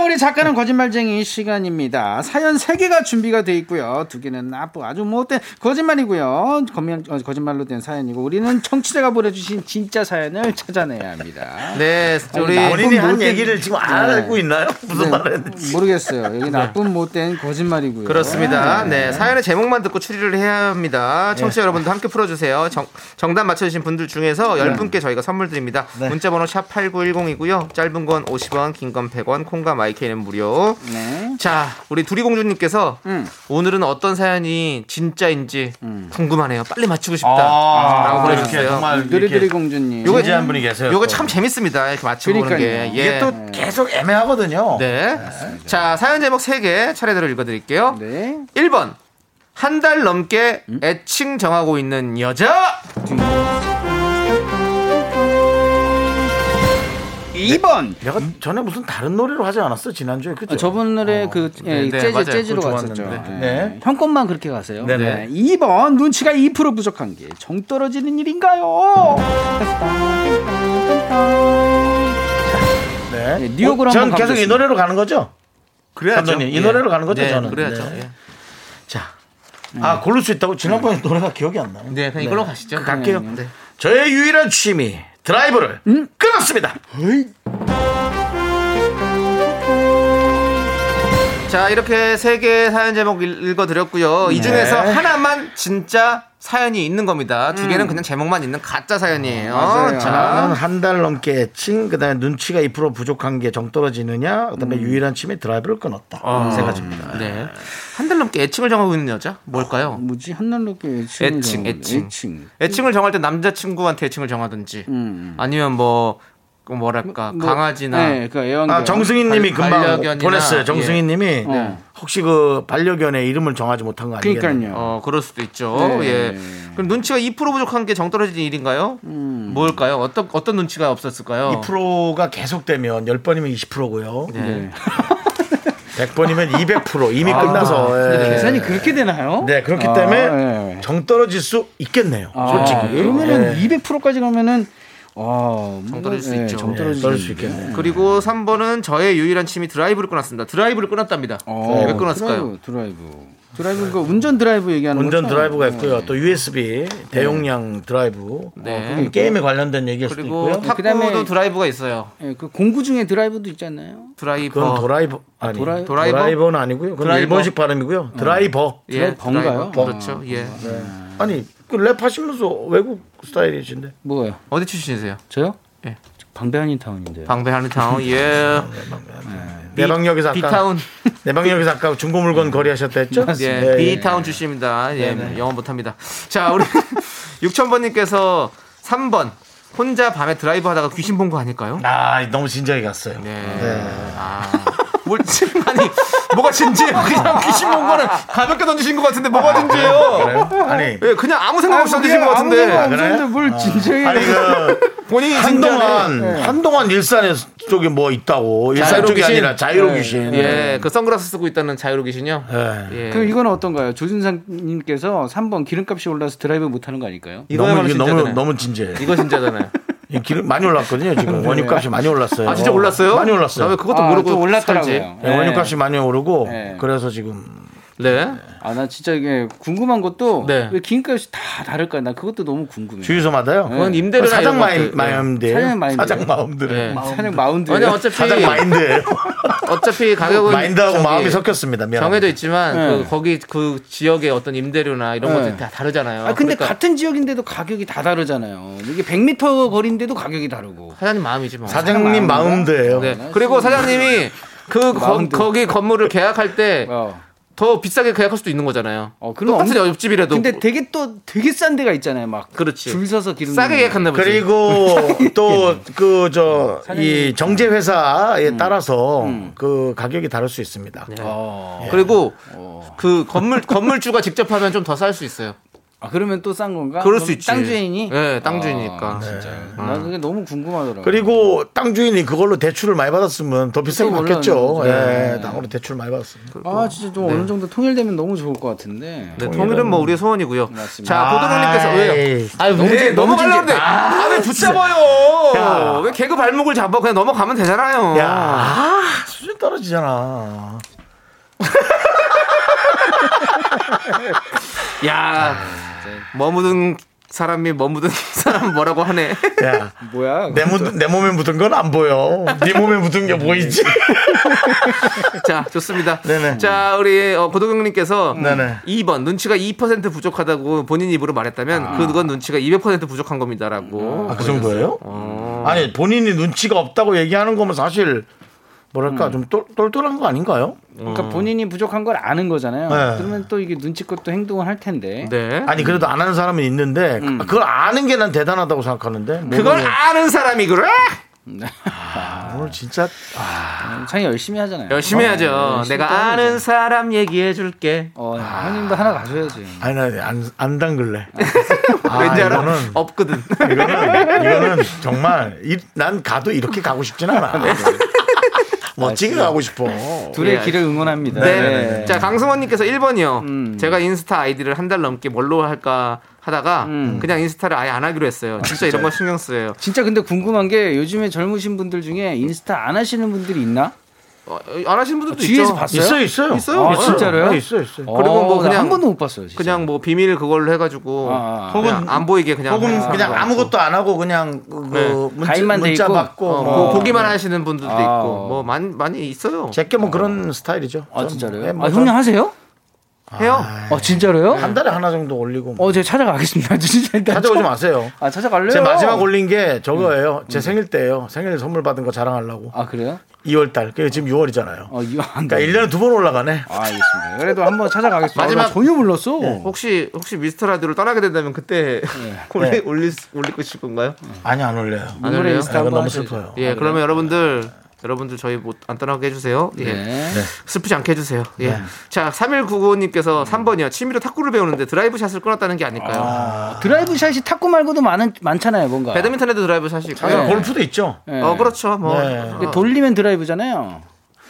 Speaker 6: 우리 작가는 거짓말쟁이 시간입니다. 사연 3개가 준비가 돼 있고요. 두 개는 아부 아주 못된 거짓말이고요. 거면- 어, 거짓말로 된 사연이고 우리는 청취자가 보내주신 진짜 사연을 찾아내야 합니다.
Speaker 2: 네, 우리
Speaker 1: 본인이 한
Speaker 6: 못된-
Speaker 1: 얘기를 지금 알고 있나요? 무슨
Speaker 6: 네,
Speaker 1: 말을 했는지. 네.
Speaker 6: 모르겠어요. 여기 나쁜 못된 거짓말이고요.
Speaker 2: 그렇습니다. 네, 사연의 제목만 듣고 추리를 해야
Speaker 1: 네.
Speaker 2: 합니다. 청취자 여러분도 함께 풀어주세요. 정, 정답 맞춰주신 분들 중에서
Speaker 1: 네.
Speaker 2: 10분께 저희가 선물 드립니다. 문자번호 샵 8910이고요. 짧은 건 50원, 긴 건 100원, 콩과 마이크는 무료.
Speaker 6: 네.
Speaker 2: 자, 우리 두리공주님께서
Speaker 6: 음.
Speaker 2: 오늘은 어떤 사연이 진짜인지 궁금하네요. 빨리 맞추고 싶다. 라고
Speaker 1: 음. 아, 이렇게
Speaker 2: 보내주셨어요.
Speaker 1: 정말
Speaker 6: 느리느리
Speaker 1: 이렇게
Speaker 6: 공주님.
Speaker 2: 요거-
Speaker 1: 진지한 분이 계세요.
Speaker 2: 아, 네. 요거
Speaker 1: 또.
Speaker 2: 참 재밌습니다. 이렇게 맞춰보는
Speaker 6: 그러니까요.
Speaker 2: 게. 예.
Speaker 1: 이게 또 계속 애매하거든요.
Speaker 2: 네. 자, 사연 제목 3개 차례대로 읽어드릴게요.
Speaker 6: 네.
Speaker 2: 1번. 한 달 넘게
Speaker 1: 음?
Speaker 2: 애칭 정하고 있는 여자.
Speaker 6: 2번.
Speaker 1: 내가 전에 무슨 다른 노래로 하지 않았어 지난주에 그죠?
Speaker 6: 어, 저번에 그 예,
Speaker 2: 그렇죠. 네, 네,
Speaker 6: 재즈
Speaker 2: 맞아요.
Speaker 6: 재즈로
Speaker 2: 그거
Speaker 6: 갔었죠.
Speaker 2: 좋았는데.
Speaker 6: 예.
Speaker 1: 네.
Speaker 6: 형 것만 그렇게 가세요. 네.
Speaker 1: 네네.
Speaker 6: 2번 눈치가 2% 부족한 게 정 떨어지는 일인가요?
Speaker 1: 네.
Speaker 6: 네, 뉴욕으로
Speaker 2: 어,
Speaker 1: 전
Speaker 6: 한번
Speaker 1: 계속 이
Speaker 6: 가보겠습니다.
Speaker 1: 노래로 가는 거죠?
Speaker 2: 그래야죠.
Speaker 1: 감독님, 이 노래로 가는 거죠,
Speaker 2: 네,
Speaker 1: 저는?
Speaker 2: 그래야죠.
Speaker 1: 네.
Speaker 2: 예.
Speaker 1: 아 고를 수 있다고 지난번에 노래가 기억이 안 나요.
Speaker 2: 네, 그냥 이걸로 가시죠.
Speaker 1: 갈게요.
Speaker 2: 네.
Speaker 1: 저의 유일한 취미 드라이브를 끊었습니다.
Speaker 2: 자, 이렇게 세 개의 사연 제목 일- 읽어드렸고요.
Speaker 1: 네.
Speaker 2: 이 중에서 하나만 진짜 사연이 있는 겁니다. 두 개는 그냥 제목만 있는 가짜 사연이에요.
Speaker 6: 음. 어, 맞아요.
Speaker 2: 자,
Speaker 1: 한 달 넘게 애칭, 그다음에 눈치가 2% 부족한 게 정 떨어지느냐, 그다음에 유일한 취미 드라이브를 끊었다. 어.
Speaker 2: 아.
Speaker 1: 음. 세 가지입니다.
Speaker 2: 음. 네. 한 달 넘게 애칭을 정하고 있는 여자? 뭘까요?
Speaker 1: 음.
Speaker 6: 뭐지 한날롭게 애칭을
Speaker 2: 애칭,
Speaker 6: 정하는-
Speaker 2: 애칭.
Speaker 6: 애칭.
Speaker 2: 애칭을 정할 때 남자친구한테 애칭을 정하든지
Speaker 6: 음.
Speaker 2: 아니면 뭐, 그 뭐랄까,
Speaker 6: 뭐,
Speaker 2: 강아지나
Speaker 6: 네, 그 애완.
Speaker 1: 아 정승희님이
Speaker 2: 발-
Speaker 1: 금방
Speaker 2: 반려견이나,
Speaker 1: 보냈어요. 정승희님이
Speaker 6: 어.
Speaker 1: 혹시 그 반려견의 이름을 정하지 못한 거 아니에요?
Speaker 6: 그러니까요.
Speaker 2: 어, 그럴 수도 있죠.
Speaker 6: 네.
Speaker 2: 예. 그럼 눈치가 2% 부족한 게 정떨어지는 일인가요?
Speaker 6: 음.
Speaker 2: 뭘까요? 어떤 어떤 눈치가 없었을까요?
Speaker 1: 2%가 계속되면 10번이면 20%고요.
Speaker 2: 네.
Speaker 1: 100번이면 200% 이미 끝나서.
Speaker 2: 네.
Speaker 1: 예.
Speaker 6: 네. 계산이 그렇게 되나요?
Speaker 1: 네, 그렇기
Speaker 6: 아,
Speaker 1: 때문에
Speaker 6: 예.
Speaker 1: 정 떨어질 수 있겠네요.
Speaker 6: 아,
Speaker 1: 솔직히.
Speaker 6: 그러면은
Speaker 1: 예.
Speaker 6: 200%까지 가면은 어,
Speaker 2: 네. 정 떨어질 수
Speaker 6: 예,
Speaker 2: 있죠.
Speaker 6: 정
Speaker 2: 예,
Speaker 6: 떨어질
Speaker 1: 떨어질
Speaker 6: 수
Speaker 1: 수
Speaker 6: 있죠.
Speaker 1: 있겠네요.
Speaker 2: 그리고 3번은 저의 유일한 취미 드라이브를 끊었습니다. 드라이브를 끊었답니다.
Speaker 6: 어,
Speaker 2: 네, 왜 끊었을까요?
Speaker 6: 드라이브, 드라이브. 드라이브 그 운전 드라이브 얘기하는 네.
Speaker 1: 운전
Speaker 6: 거죠?
Speaker 1: 드라이브가 있고요. 또 USB 대용량 드라이브.
Speaker 6: 어,
Speaker 2: 네.
Speaker 1: 게임에 관련된 얘기일 수도
Speaker 2: 그리고
Speaker 1: 있고요.
Speaker 2: 탁구도
Speaker 6: 그다음에-
Speaker 2: 드라이브가 있어요.
Speaker 6: 예, 그 공구 중에 드라이브도 있잖아요.
Speaker 2: 드라이버.
Speaker 1: 그건 도라이버 아니
Speaker 6: 도라이-
Speaker 2: 도라이버?
Speaker 1: 도라이버는 아니고요. 그건
Speaker 2: 드라이버.
Speaker 1: 일본식 발음이고요. 드라이버.
Speaker 2: 예,
Speaker 6: 번가요? 네.
Speaker 2: 드라이버.
Speaker 6: 번.
Speaker 2: 그렇죠. 예.
Speaker 1: 아니 그 랩 하시면서 외국 스타일이신데.
Speaker 6: 뭐예요?
Speaker 2: 어디 출신이세요?
Speaker 6: 저요?
Speaker 2: 예.
Speaker 6: 방배한인 타운인데요.
Speaker 2: 방배하는 타운. 예.
Speaker 1: 내방역에서 아까
Speaker 2: 비타운. 음.
Speaker 1: 내방역에서 아까 중고 물건 거리 하셨다 했죠? 네.
Speaker 2: 예, B타운 출신입니다. 예, 영어 못합니다. 자, 우리 6000번님께서 3번 혼자 밤에 드라이브 하다가 귀신 본 거 아닐까요?
Speaker 1: 아 너무 진지하게 갔어요.
Speaker 2: 네. 아, 뭘 진- 아니 뭐가 진지해요?
Speaker 1: 아,
Speaker 2: 그냥 귀신 본 거는 가볍게 던지신 것 같은데 뭐가 진지해요?
Speaker 1: 그래요? 아니
Speaker 2: 아. 예, 그냥 아무 생각 없이 던지신 것
Speaker 6: 아무
Speaker 2: 같은데
Speaker 6: 생각 없는데 뭘 진지하게
Speaker 1: 아니 그
Speaker 2: 본인이
Speaker 1: 한동안 한동안 일산에 쪽에 뭐 있다고 일산
Speaker 2: 네. 자유로
Speaker 1: 쪽이
Speaker 2: 귀신.
Speaker 1: 아니라 자유로 귀신. 네.
Speaker 2: 예, 그 선글라스 쓰고 있다는 자유로 귀신요.
Speaker 1: 예.
Speaker 2: 예.
Speaker 6: 그럼 이건 어떤가요? 조준상님께서 3번 기름값이 올라서 드라이브 못하는 거 아닐까요?
Speaker 2: 이거야
Speaker 1: 너무
Speaker 2: 바로
Speaker 1: 이게 너무
Speaker 2: 진짜잖아요.
Speaker 1: 너무 진지해.
Speaker 2: 이거 진짜잖아요.
Speaker 1: 이 기름 많이 올랐거든요 지금 원유값이 많이 올랐어요.
Speaker 2: 네. 아 진짜 올랐어요?
Speaker 1: 많이
Speaker 2: 나
Speaker 1: 올랐어요.
Speaker 2: 왜 그것도
Speaker 6: 아,
Speaker 2: 모르고
Speaker 6: 또 올랐더라고요.
Speaker 2: 살지?
Speaker 1: 네, 원유값이 많이 오르고
Speaker 6: 네.
Speaker 1: 그래서 지금
Speaker 2: 네.
Speaker 6: 아 나 진짜 이게 궁금한 것도
Speaker 2: 네.
Speaker 6: 왜 기름값이 다 다를까? 나 그것도 너무 궁금해.
Speaker 1: 주유소마다요.
Speaker 2: 그건 네. 임대료나
Speaker 1: 사장
Speaker 2: 이런
Speaker 1: 마이,
Speaker 2: 것들.
Speaker 1: 마음대요.
Speaker 6: 사장 마인드예요.
Speaker 1: 사장 마음대로.
Speaker 2: 네.
Speaker 6: 사냥 마운드.
Speaker 2: 아니 어차피
Speaker 1: 사장 마인드예요. 그
Speaker 2: 어차피 가격은
Speaker 1: 마인드하고
Speaker 2: 저기
Speaker 1: 마음이 섞였습니다. 미안.
Speaker 2: 정해져 있지만
Speaker 6: 네.
Speaker 2: 그 거기 그 지역의 어떤 임대료나 이런
Speaker 6: 네.
Speaker 2: 것들이 다 다르잖아요.
Speaker 6: 아 근데
Speaker 2: 그러니까
Speaker 6: 같은 지역인데도 가격이 다 다르잖아요. 이게 100m 거리인데도 가격이 다르고.
Speaker 2: 사장님 마음이지 뭐.
Speaker 1: 사장님 마음대예요.
Speaker 2: 네. 그리고 사장님이 그 거,
Speaker 6: 마음도.
Speaker 2: 거기 건물을 계약할 때 더
Speaker 6: 어.
Speaker 2: 비싸게 계약할 수도 있는 거잖아요.
Speaker 6: 어, 그럼
Speaker 2: 똑같은
Speaker 6: 엄-
Speaker 2: 옆집이라도
Speaker 6: 근데 되게 또 되게 싼 데가 있잖아요. 막 줄
Speaker 2: 그렇지.
Speaker 6: 서서 기름
Speaker 2: 싸게
Speaker 6: 넣는 데.
Speaker 2: 계약한다 보지.
Speaker 1: 그리고 또 그 저 이 정제 회사에
Speaker 2: 음.
Speaker 1: 따라서 그 가격이 다를 수
Speaker 2: 네.
Speaker 1: 있습니다.
Speaker 2: 어.
Speaker 6: 어.
Speaker 2: 그리고 그 건물 건물주가 직접 하면 좀 더 쌀 수 있어요.
Speaker 6: 아, 그러면 또 싼 건가?
Speaker 2: 그럴
Speaker 6: 아, 그럼
Speaker 2: 수 있지.
Speaker 6: 땅 주인이?
Speaker 2: 네, 땅
Speaker 6: 아,
Speaker 2: 주인이니까.
Speaker 6: 진짜. 나 그게 너무 궁금하더라고.
Speaker 1: 그리고 땅 주인이 그걸로 대출을 많이 받았으면 더 비싸게
Speaker 6: 또
Speaker 1: 받겠죠.
Speaker 6: 올랐는데.
Speaker 1: 예, 땅으로 대출 많이 받았습니다.
Speaker 6: 아, 진짜 좀 어느 정도 통일되면 너무 좋을 것 같은데.
Speaker 2: 네, 통일은 뭐 우리의 소원이고요.
Speaker 6: 맞습니다.
Speaker 2: 자, 도도님께서 왜요?
Speaker 1: 아,
Speaker 2: 네, 넘어가려는데
Speaker 1: 야,
Speaker 2: 아, 왜 붙잡아요? 왜 개그 발목을 잡아? 그냥 넘어가면 되잖아요.
Speaker 1: 아, 수준 떨어지잖아.
Speaker 2: 야, 머무든 사람이 머무든 사람 뭐라고 하네.
Speaker 1: 야,
Speaker 2: 어.
Speaker 6: 뭐야?
Speaker 1: 내, 몸, 내 몸에 묻은 건 안 보여. 네 몸에 묻은 게 보이지?
Speaker 2: 자, 좋습니다.
Speaker 1: 네네.
Speaker 2: 자, 우리 어, 고도경님께서
Speaker 1: 네네.
Speaker 2: 2번 눈치가 2% 부족하다고 본인 입으로 말했다면
Speaker 6: 아.
Speaker 2: 그건 눈치가 200% 부족한 겁니다라고.
Speaker 1: 아, 그 정도예요? 아니, 본인이 눈치가 없다고 얘기하는 거면 사실, 뭐랄까, 좀 똘, 똘똘한 거 아닌가요?
Speaker 6: 그러니까 본인이 부족한 걸 아는 거잖아요.
Speaker 1: 네.
Speaker 6: 그러면 또 이게 눈치껏 또 행동을 할 텐데.
Speaker 2: 네.
Speaker 1: 아니, 그래도 안 하는 사람은 있는데, 그걸 아는 게 난 대단하다고 생각하는데, 뭐,
Speaker 2: 그걸 아는 사람이
Speaker 6: 네.
Speaker 2: 그래?
Speaker 1: 오늘 진짜
Speaker 6: 자기 열심히 하잖아요.
Speaker 2: 열심히
Speaker 6: 어,
Speaker 2: 하죠.
Speaker 6: 열심히 또
Speaker 2: 내가
Speaker 6: 하는
Speaker 2: 아는
Speaker 6: 거죠.
Speaker 2: 사람 얘기해 줄게.
Speaker 6: 어,
Speaker 2: 아.
Speaker 6: 형님도 하나 가셔야지.
Speaker 1: 아니 나안안 담글래. 아,
Speaker 2: 왠지 알아?
Speaker 1: 이거는
Speaker 2: 없거든.
Speaker 1: 이거는, 이거는 정말 이- 난 가도 이렇게 가고 싶진 않아.
Speaker 6: 네. 아,
Speaker 1: 멋지게 가고 싶어.
Speaker 6: 둘의
Speaker 2: 예,
Speaker 6: 길을 응원합니다.
Speaker 2: 네. 자, 강승원님께서 1번이요.
Speaker 6: 음.
Speaker 2: 제가 인스타 아이디를 한 달 넘게 뭘로 할까
Speaker 6: 음.
Speaker 2: 하다가 그냥 인스타를 아예 안 하기로 했어요. 진짜 이런 거 신경 쓰여요.
Speaker 6: 진짜 근데 궁금한 게 요즘에 젊으신 분들 중에 인스타 안 하시는 분들이 있나?
Speaker 2: 어, 안 하시는 분들도
Speaker 6: 뒤에서
Speaker 2: 있죠.
Speaker 6: 봤어요?
Speaker 1: 있어요, 있어요.
Speaker 2: 있어요?
Speaker 6: 아, 진짜로요?
Speaker 1: 네, 있어요, 있어요.
Speaker 2: 그리고 뭐
Speaker 6: 나
Speaker 2: 그냥-
Speaker 6: 한 번도 못 봤어요. 진짜.
Speaker 2: 그냥 뭐 비밀 그걸로 해가지고
Speaker 6: 아, 아.
Speaker 2: 그냥
Speaker 1: 혹은-
Speaker 2: 안 보이게 그냥 하는
Speaker 1: 혹은
Speaker 2: 사람도
Speaker 1: 그냥
Speaker 2: 많고.
Speaker 1: 아무것도 안 하고 그냥 그
Speaker 2: 네.
Speaker 1: 문자,
Speaker 6: 가입만 돼
Speaker 1: 문자
Speaker 6: 있고. 그
Speaker 1: 받고
Speaker 2: 어,
Speaker 1: 뭐
Speaker 2: 고- 보기만 하시는 분들도
Speaker 6: 아.
Speaker 2: 있고 뭐 많이 많이 있어요.
Speaker 1: 제게 뭐 그런 스타일이죠. 저는 뭐,
Speaker 2: 네,
Speaker 6: 아
Speaker 1: 예,
Speaker 6: 진짜로요?
Speaker 1: 뭐
Speaker 6: 아 형님
Speaker 1: 저는
Speaker 6: 하세요?
Speaker 2: 해요.
Speaker 6: 아 진짜로요?
Speaker 2: 네.
Speaker 1: 한 달에 하나 정도 올리고 뭐.
Speaker 6: 어 제가 찾아가겠습니다. 진짜 일단
Speaker 1: 찾아오지
Speaker 6: 좀-
Speaker 1: 마세요.
Speaker 6: 아 찾아갈래요? 음.
Speaker 1: 제 마지막 올린 게 저거예요. 제 생일 때예요. 생일 선물 받은 거 자랑하려고.
Speaker 6: 아 그래요?
Speaker 1: 2월 달. 그게 지금 6월이잖아요.
Speaker 6: 어 이거 안
Speaker 1: 그러니까
Speaker 6: 돼.
Speaker 1: 1년에 두 번 올라가네.
Speaker 6: 아, 알겠습니다. 그래도 한번 찾아가겠습니다.
Speaker 2: 그러니까 마지막- 네.
Speaker 6: 아, 나 전혀 몰랐어.
Speaker 1: 네.
Speaker 2: 혹시 혹시 미스터 라디오를 떠나게 된다면 그때 올리
Speaker 1: 네.
Speaker 2: 올리 올리고 싶을 건가요?
Speaker 6: 어,
Speaker 1: 아니 안 올려요. 네,
Speaker 2: 안 올려요?
Speaker 6: 인스타 한번
Speaker 1: 너무
Speaker 6: 하시죠.
Speaker 1: 슬퍼요.
Speaker 2: 예, 그러면 여러분들 여러분들 저희 못 안 떠나게 해주세요. 예.
Speaker 6: 네.
Speaker 2: 슬프지 않게 해주세요. 예. 자, 3195님께서 3번이요. 취미로 탁구를 배우는데 드라이브 샷을 끊었다는 게 아닐까요?
Speaker 6: 드라이브 샷이 탁구 말고도 많은 많잖아요, 뭔가.
Speaker 2: 배드민턴에도 드라이브 샷이 있고요.
Speaker 6: 네.
Speaker 1: 골프도 있죠.
Speaker 6: 예.
Speaker 2: 어, 그렇죠. 뭐.
Speaker 1: 네.
Speaker 2: 어,
Speaker 6: 이게 돌리면 드라이브잖아요.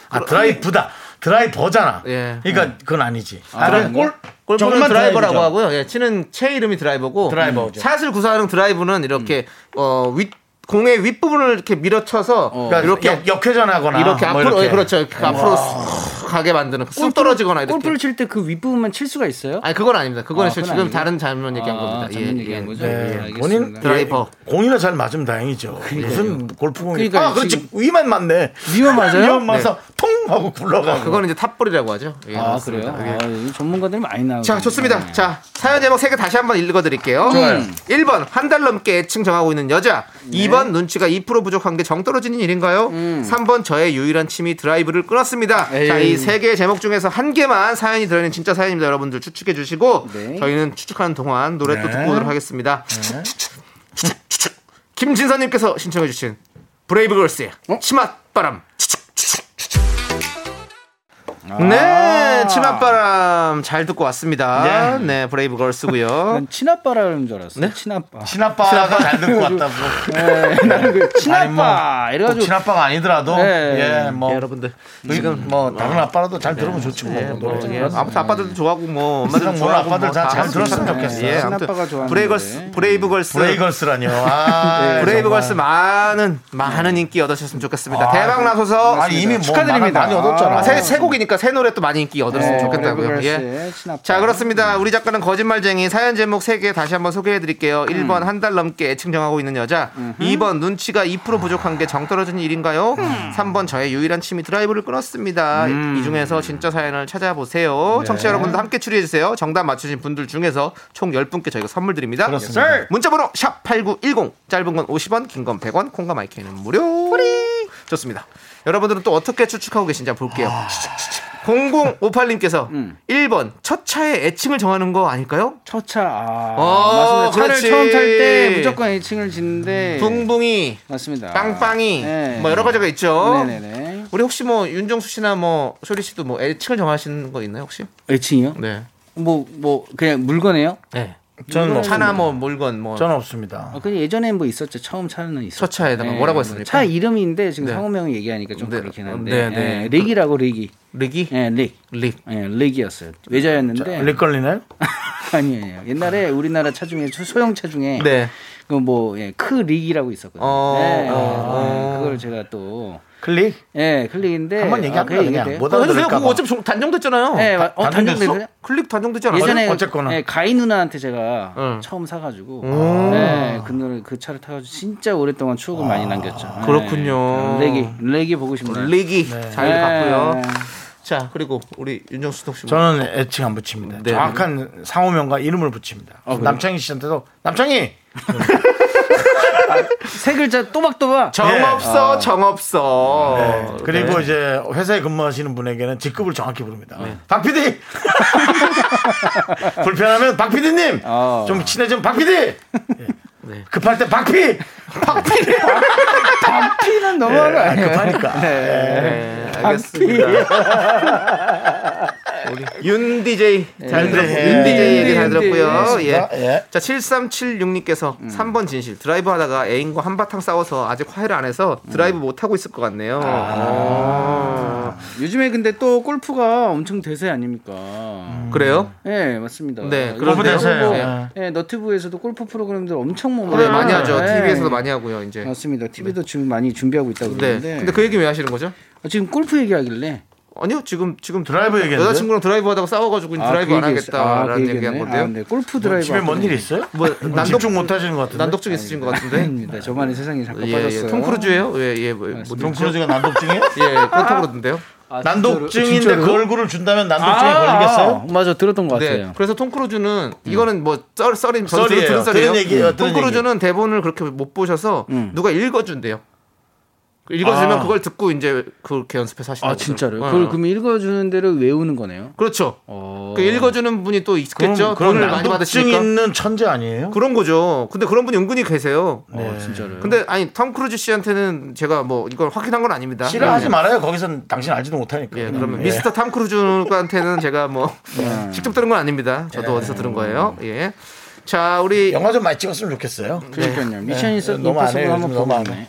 Speaker 1: 아 드라이브다. 드라이버잖아.
Speaker 2: 예.
Speaker 1: 그러니까 그건 아니지.
Speaker 6: 아,
Speaker 1: 드라이-
Speaker 6: 그런가?
Speaker 2: 골프는
Speaker 1: 정말
Speaker 2: 드라이버라고
Speaker 1: 드라이브죠.
Speaker 2: 하고요. 예, 치는 채 이름이 드라이버고 음,
Speaker 1: 드라이버죠.
Speaker 2: 샷을 구사하는 드라이브는 이렇게 어, 윗 공의 윗부분을 이렇게 밀어쳐서
Speaker 1: 그러니까
Speaker 2: 뭐 이렇게
Speaker 1: 역, 역회전하거나
Speaker 2: 이렇게
Speaker 1: 뭐
Speaker 2: 앞으로 예, 그렇죠. 이렇게 앞으로 쑥 가게 만드는 그 쑥 떨어지거나 이렇게.
Speaker 6: 골프를 칠 때 그 윗부분만 칠 수가 있어요?
Speaker 2: 네, 아니 그건 아닙니다. 그건
Speaker 6: 아,
Speaker 2: 지금
Speaker 6: 그건 아니에요?
Speaker 2: 다른 장면 얘기한
Speaker 6: 아,
Speaker 2: 겁니다. 예,
Speaker 6: 잘못 얘기한 거죠?
Speaker 1: 네.
Speaker 6: 예, 알겠습니다.
Speaker 1: 본인
Speaker 2: 드라이버.
Speaker 1: 공이나 잘 맞으면 다행이죠. 무슨 골프공이
Speaker 6: 그러니까요,
Speaker 1: 아 그렇지
Speaker 6: 지금-
Speaker 1: 위만 맞네.
Speaker 6: 위만 맞아요?
Speaker 1: 위만 맞아서 통 하고 굴러가고.
Speaker 2: 그건 이제 탑볼이라고 하죠. 예,
Speaker 6: 아,
Speaker 2: 그렇습니다.
Speaker 6: 그래요?
Speaker 2: 예.
Speaker 6: 아, 이 전문가들이 많이 나오고.
Speaker 2: 자, 좋습니다. 자, 사연 제목 세 개 다시 한번 읽어드릴게요. 음. 1번, 한 달 넘게 애칭 정하고 있는 여자.
Speaker 6: 네.
Speaker 2: 2번, 눈치가 2% 부족한 게 정 떨어지는 일인가요?
Speaker 6: 음.
Speaker 2: 3번, 저의 유일한 취미 드라이브를 끊었습니다. 자, 이 세 개의 제목 중에서 한 개만 사연이 들어있는 진짜 사연입니다. 여러분들 추측해 주시고,
Speaker 6: 네.
Speaker 2: 저희는 추측하는 동안 노래 또 듣고 오도록 하겠습니다. 추측, 추측, 추측, 추측. 김진선님께서 신청해 주신 브레이브걸스의 치맛바람. 추측, 추측, 추측. 네, 치맛바람 잘 듣고 왔습니다. 네, 브레이브걸스고요.
Speaker 6: 난 친아빠라는 줄 알았어.
Speaker 2: 네?
Speaker 6: 친아빠.
Speaker 1: 친아빠가 잘 듣고 왔다고.
Speaker 6: 예, 나는 그 친아빠.
Speaker 1: 아니, 뭐, 꼭
Speaker 6: 이래가지고.
Speaker 1: 친아빠가 아니더라도
Speaker 6: 네.
Speaker 1: 예, 뭐
Speaker 2: 여러분들
Speaker 1: 지금 뭐 다른 아빠라도 잘 들으면 좋지 뭐.
Speaker 2: 예, 뭐,
Speaker 1: 노래 좀
Speaker 2: 예,
Speaker 1: 들었으면.
Speaker 2: 아무튼 아빠들도 좋아하고 뭐 엄마들도
Speaker 1: 세상 모든
Speaker 2: 좋아하고
Speaker 1: 아빠들 다 잘 들었으면
Speaker 2: 합니다.
Speaker 1: 좋겠어요.
Speaker 2: 예,
Speaker 6: 큰
Speaker 2: 아무튼
Speaker 6: 아빠가 좋아하는
Speaker 2: 브레이걸스
Speaker 6: 노래.
Speaker 2: 브레이브걸스 예,
Speaker 1: 브레이걸스라뇨. 아,
Speaker 2: 브레이브걸스
Speaker 1: 정말.
Speaker 2: 많은 많은 인기 얻으셨으면 좋겠습니다.
Speaker 1: 아,
Speaker 2: 대박 나소서
Speaker 1: 아니 이미 뭐
Speaker 6: 축하드립니다.
Speaker 1: 많이 얻었잖아.
Speaker 6: 아,
Speaker 2: 새, 새 곡이니까 새 노래 또 많이 인기 얻었으면
Speaker 6: 네,
Speaker 2: 좋겠다고요.
Speaker 6: 브레이브걸스의
Speaker 2: 예.
Speaker 6: 친아빠.
Speaker 2: 자 그렇습니다. 우리 작가는 거짓말쟁이 사연 제목 3개 다시 한번 소개해드릴게요. 1번
Speaker 1: 음.
Speaker 2: 한 달 넘게 애칭 정하고 있는 여자 2번 눈치가 2% 부족한 게 정 떨어지는 일인가요?
Speaker 1: 음.
Speaker 2: 3번 저의 유일한 취미 드라이브를 끊었습니다. 이- 이 중에서 진짜 사연을 찾아보세요.
Speaker 1: 네.
Speaker 2: 청취자 여러분도 함께 추리해주세요. 정답 맞추신 분들 중에서 총 10분께 저희가 선물 드립니다.
Speaker 1: 그렇습니다. 네.
Speaker 2: 문자번호 샵8910 짧은 건 50원 긴 건 100원 콩과 마이크는 무료 좋습니다 여러분들은 또 어떻게 추측하고 계신지 한번 볼게요
Speaker 1: 아.
Speaker 2: 0058님께서
Speaker 6: 음.
Speaker 2: 1번 첫 차에 애칭을 정하는 거 아닐까요?
Speaker 6: 첫차 아,
Speaker 2: 어,
Speaker 6: 맞습니다. 차를
Speaker 2: 그렇지.
Speaker 6: 처음 탈 때 무조건 애칭을 짓는데
Speaker 2: 붕붕이
Speaker 6: 맞습니다.
Speaker 2: 빵빵이
Speaker 6: 네.
Speaker 2: 뭐 여러 가지가 있죠
Speaker 6: 아. 네네네.
Speaker 2: 우리 혹시 뭐 윤정수 씨나 뭐 쇼리 씨도 뭐 애칭을 정하시는 거 있나요 혹시?
Speaker 6: 애칭이요?
Speaker 2: 네.
Speaker 6: 뭐 뭐 그냥 물건이에요?
Speaker 2: 네.
Speaker 1: 예. 저는 없습니다.
Speaker 2: 차나 뭐 물건 뭐
Speaker 1: 저는 없습니다.
Speaker 6: 어, 그 예전에 뭐 있었죠. 처음 차는 있었죠. 네.
Speaker 2: 서차에다가 뭐라고 했습니까?
Speaker 6: 차 이름인데 지금
Speaker 2: 네.
Speaker 6: 상호명이 얘기하니까 좀 그렇긴 한데.
Speaker 2: 네,
Speaker 6: 네,
Speaker 2: 네.
Speaker 6: 릭이라고 릭이.
Speaker 2: 릭이
Speaker 6: 예, 릭.
Speaker 2: 릭.
Speaker 6: 예, 릭이었어요. 외자였는데.
Speaker 1: 렉걸리나요?
Speaker 6: 아니 아니요. 옛날에 우리나라 차 중에 소- 소형 차 중에
Speaker 2: 네.
Speaker 6: 그뭐 예, 크릭이라고 있었거든요.
Speaker 2: 어,
Speaker 6: 네,
Speaker 2: 어,
Speaker 6: 예, 그걸 제가 또
Speaker 1: 클릭?
Speaker 6: 예, 클릭인데
Speaker 1: 한번 얘기한
Speaker 6: 그
Speaker 1: 거야, 그냥.
Speaker 6: 얘기돼요?
Speaker 1: 못
Speaker 2: 어, 해주세요.
Speaker 1: 알아들을까
Speaker 2: 그거
Speaker 1: 봐.
Speaker 2: 어차피 종- 단종됐잖아요.
Speaker 6: 예, 와- 어,
Speaker 1: 단종됐어?
Speaker 6: 단종됐어요?
Speaker 2: 클릭 단종됐잖아.
Speaker 6: 예전에
Speaker 1: 어쨌거나.
Speaker 6: 예, 가이 누나한테 제가
Speaker 2: 뭐, 응.
Speaker 6: 처음 사가지고 예, 그 노래 그 차를 타가지고 진짜 오랫동안 추억을 많이 남겼죠. 예.
Speaker 2: 아, 그렇군요.
Speaker 6: 렉이 렉이 보고 싶네요.
Speaker 2: 릭이 잘
Speaker 6: 네.
Speaker 2: 봤고요. 자 그리고 우리 윤정수 씨. 뭐-
Speaker 1: 저는 애칭 안 붙입니다.
Speaker 2: 네. 아,
Speaker 1: 정확한 상호명과 이름을 붙입니다. 남창희 씨한테도 남창희
Speaker 6: 세 글자 또박또박.
Speaker 2: 정없어 정없어.
Speaker 1: 네.
Speaker 2: 네.
Speaker 1: 그리고 이제 회사에 근무하시는 분에게는 직급을 정확히 부릅니다. 박 PD 불편하면 박 PD님
Speaker 2: 아.
Speaker 6: 어.
Speaker 1: 좀 친해지면 박 PD 급할 때 박 PD 박 PD
Speaker 6: 피는 넘어가요.
Speaker 1: 급하니까
Speaker 2: 네, 알겠습니다. 우리 윤 DJ 잘 들었고
Speaker 1: 네.
Speaker 2: 윤 DJ 얘기 잘
Speaker 6: 윤 음.
Speaker 2: 들었고요.
Speaker 1: DJ.
Speaker 2: 예.
Speaker 1: 예.
Speaker 2: 자 7376님께서 3번 진실 드라이브 하다가 애인과 한바탕 싸워서 아직 화해를 안 해서 드라이브
Speaker 6: 음.
Speaker 2: 못 하고 있을 것 같네요.
Speaker 6: 아.
Speaker 2: 어.
Speaker 6: 요즘에 근데 또 골프가 엄청 대세 아닙니까?
Speaker 2: 그래요?
Speaker 6: 네 맞습니다.
Speaker 2: 네,
Speaker 6: 요즘
Speaker 2: 그런데요.
Speaker 6: 뭐,
Speaker 2: 네.
Speaker 6: 예, 너튜브에서도 골프 프로그램들 엄청 뭐
Speaker 2: 네, 많이 하죠. TV에서도 많이 하고요. 이제.
Speaker 6: 맞습니다. TV도 지금 많이 준비하고 있다고
Speaker 2: 네.
Speaker 6: 그러는데
Speaker 2: 근데 그 얘기 왜 하시는 거죠?
Speaker 6: 아, 지금 골프 얘기하길래
Speaker 2: 아니요, 지금 지금
Speaker 1: 드라이브 얘기했는데?
Speaker 2: 여자친구랑 드라이브 하다가 싸워가지고
Speaker 6: 아,
Speaker 2: 드라이브
Speaker 6: 그
Speaker 2: 안
Speaker 6: 얘기했어요. 아, 그
Speaker 2: 하겠다라는 얘기한
Speaker 6: 얘기했네.
Speaker 2: 건데요.
Speaker 6: 아, 네. 아, 골프 드라이브
Speaker 1: 집에 뭔
Speaker 6: 하더니.
Speaker 1: 일 있어요?
Speaker 7: 네.
Speaker 2: 뭐 난독
Speaker 1: 집중 못 하시는 것 같은데
Speaker 2: 난독증 있으신 것 같은데.
Speaker 6: 아닙니다. 네, 저만의 세상이 잠깐
Speaker 2: 예, 예.
Speaker 6: 빠졌어요.
Speaker 2: 톰 크루즈예요? 예, 예. 뭐, 뭐,
Speaker 1: 톰 크루즈가 난독증이에요?
Speaker 2: 예, 그렇다고 그러던데요.
Speaker 6: 아,
Speaker 2: 네,
Speaker 1: 난독증인데 아. 그 얼굴을 준다면 난독증에
Speaker 2: 아.
Speaker 1: 걸리겠어요? 음.
Speaker 6: 맞아 들었던 것 같아요.
Speaker 2: 네. 그래서 톰 크루즈는 이거는 뭐 썰, 썰인 썰
Speaker 1: 썰이에요.
Speaker 2: 들은 썰이에요. 음.
Speaker 1: 들은 얘기예요,
Speaker 2: 톰
Speaker 1: 들은
Speaker 2: 크루즈는 대본을 그렇게 못 보셔서 누가 읽어준대요. 읽어주면
Speaker 1: 아.
Speaker 2: 그걸 듣고 이제 그렇게 연습해서 하시는
Speaker 6: 아
Speaker 2: 거죠.
Speaker 6: 진짜로요?
Speaker 2: 어.
Speaker 6: 그걸 그럼 읽어주는 대로 외우는 거네요.
Speaker 2: 그렇죠.
Speaker 6: 어.
Speaker 2: 그 읽어주는 분이 또 있겠죠.
Speaker 1: 그럼, 그럼
Speaker 2: 돈을 많이
Speaker 1: 난독증
Speaker 2: 받으시니까.
Speaker 1: 있는 천재 아니에요?
Speaker 2: 그런 거죠. 근데 그런 분이 은근히 계세요.
Speaker 1: 아,
Speaker 6: 어, 진짜로요?
Speaker 2: 근데 아니 톰 크루즈 씨한테는 제가 뭐 이걸 확인한 건 아닙니다.
Speaker 1: 싫어하지
Speaker 2: 예.
Speaker 1: 말아요. 거기선 당신 알지도 못하니까.
Speaker 2: 예, 그러면 미스터 탐 크루즈한테는 제가 뭐
Speaker 6: 음.
Speaker 2: 직접 들은 건 아닙니다. 저도
Speaker 6: 네.
Speaker 2: 어디서 들은 거예요. 예. 자, 우리
Speaker 1: 영화 좀 많이 찍었으면
Speaker 2: 아,
Speaker 1: 좋겠어요.
Speaker 6: 그러니까요. 미션
Speaker 1: 네.
Speaker 6: 인서
Speaker 1: 너무 안 해요,
Speaker 6: 임파서블 한번
Speaker 1: 요즘 너무 안
Speaker 6: 보겠네.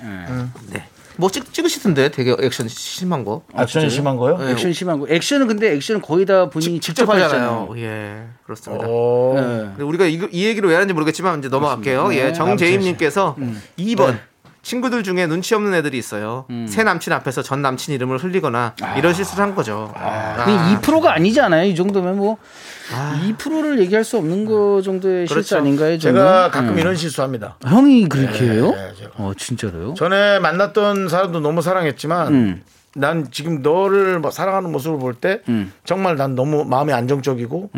Speaker 6: 예.
Speaker 2: 뭐 찍, 찍으시던데 되게 액션 심한 거.
Speaker 1: 액션이 아, 심한 거요?
Speaker 2: 네.
Speaker 6: 액션 심한 거. 액션은 근데 액션은 거의 다 본인이 직접, 하잖아요.
Speaker 2: 예, 그렇습니다.
Speaker 1: 오.
Speaker 6: 예.
Speaker 2: 근데 우리가 이, 이 얘기를 왜 하는지 모르겠지만 이제 넘어갈게요.
Speaker 6: 네.
Speaker 2: 예,
Speaker 6: 음.
Speaker 2: 정재임님께서 2번 친구들 중에 눈치 없는 애들이 있어요.
Speaker 6: 음.
Speaker 2: 새 남친 앞에서 전 남친 이름을 흘리거나 이런 실수를 한 거죠. 아.
Speaker 6: 아. 근데 2%가 아니지 않아요? 이 정도면 뭐
Speaker 1: 아.
Speaker 6: 2%를 얘기할 수 없는 거 정도의 실수
Speaker 2: 그렇죠.
Speaker 6: 아닌가요? 저는?
Speaker 1: 제가 가끔
Speaker 2: 음.
Speaker 6: 예.
Speaker 1: 이런 실수합니다.
Speaker 6: 형이 그렇게 해요?
Speaker 1: 예, 제가.
Speaker 6: 어 진짜로요?
Speaker 1: 전에 만났던 사람도 너무 사랑했지만
Speaker 6: 음.
Speaker 1: 난 지금 너를 뭐 사랑하는 모습을 볼 때
Speaker 6: 음.
Speaker 1: 정말 난 너무 마음이 안정적이고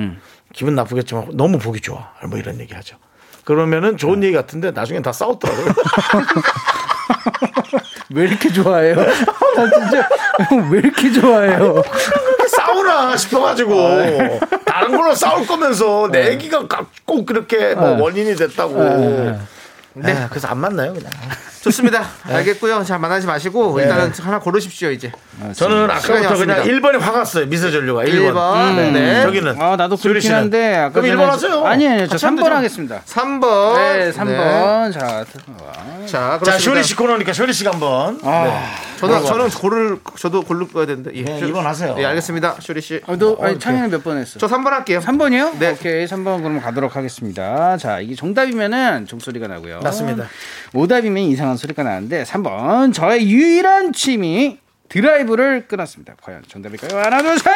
Speaker 1: 기분 나쁘겠지만 너무 보기 좋아. 뭐 이런 얘기 하죠. 그러면은 좋은 얘기 같은데 나중엔 다 싸웠더라고요.
Speaker 6: 왜 이렇게 좋아해요? 나 진짜 형 왜 이렇게 좋아해요?
Speaker 1: 싸우나 싶어가지고
Speaker 7: 아, 네.
Speaker 1: 다른 걸로 싸울 거면서 내 얘기가 꼭 그렇게 뭐 원인이 됐다고. 네, 그래서 안 만나요 그냥.
Speaker 2: 좋습니다.
Speaker 6: 네.
Speaker 2: 알겠고요. 잘 만나지 마시고 일단은 하나 고르십시오 이제.
Speaker 1: 저는
Speaker 2: 시간이
Speaker 1: 아까부터 그냥
Speaker 2: 없습니다.
Speaker 1: 1번에 화가 어요 미세 전류가 1번.
Speaker 2: 1번. 네.
Speaker 1: 저기는
Speaker 6: 아 나도
Speaker 1: 뭐 소리
Speaker 6: 그렇긴
Speaker 1: 씨는?
Speaker 6: 한데 아까
Speaker 1: 그럼 1번 하세요.
Speaker 6: 아니 아니 저
Speaker 2: 같이 하면
Speaker 6: 3번
Speaker 2: 되죠.
Speaker 6: 하겠습니다.
Speaker 2: 3번. 네.
Speaker 6: 네 3번 자
Speaker 2: 자,
Speaker 1: 자
Speaker 2: 그렇습니다.
Speaker 1: 쇼리 씨 코너니까 쇼리 씨가 한번.
Speaker 2: 저는 저는 고를 저도 고를 야 되는데. 예.
Speaker 1: 네,
Speaker 2: 쇼-
Speaker 1: 이번 하세요.
Speaker 2: 예, 알겠습니다. 쇼리 씨.
Speaker 6: 아,
Speaker 1: 어,
Speaker 6: 너 아니 창현이 몇 번 했어?
Speaker 2: 저 3번 할게요.
Speaker 6: 3번이요?
Speaker 2: 네.
Speaker 6: 오케이 3번 그럼 가도록 하겠습니다. 자 이게 정답이면은 종소리가 나고요.
Speaker 1: 맞습니다.
Speaker 6: 오답이면 이상한 소리가 나는데 3번 저의 유일한 취미 드라이브를 끊었습니다. 과연 정답일까요? 하나 둘 셋.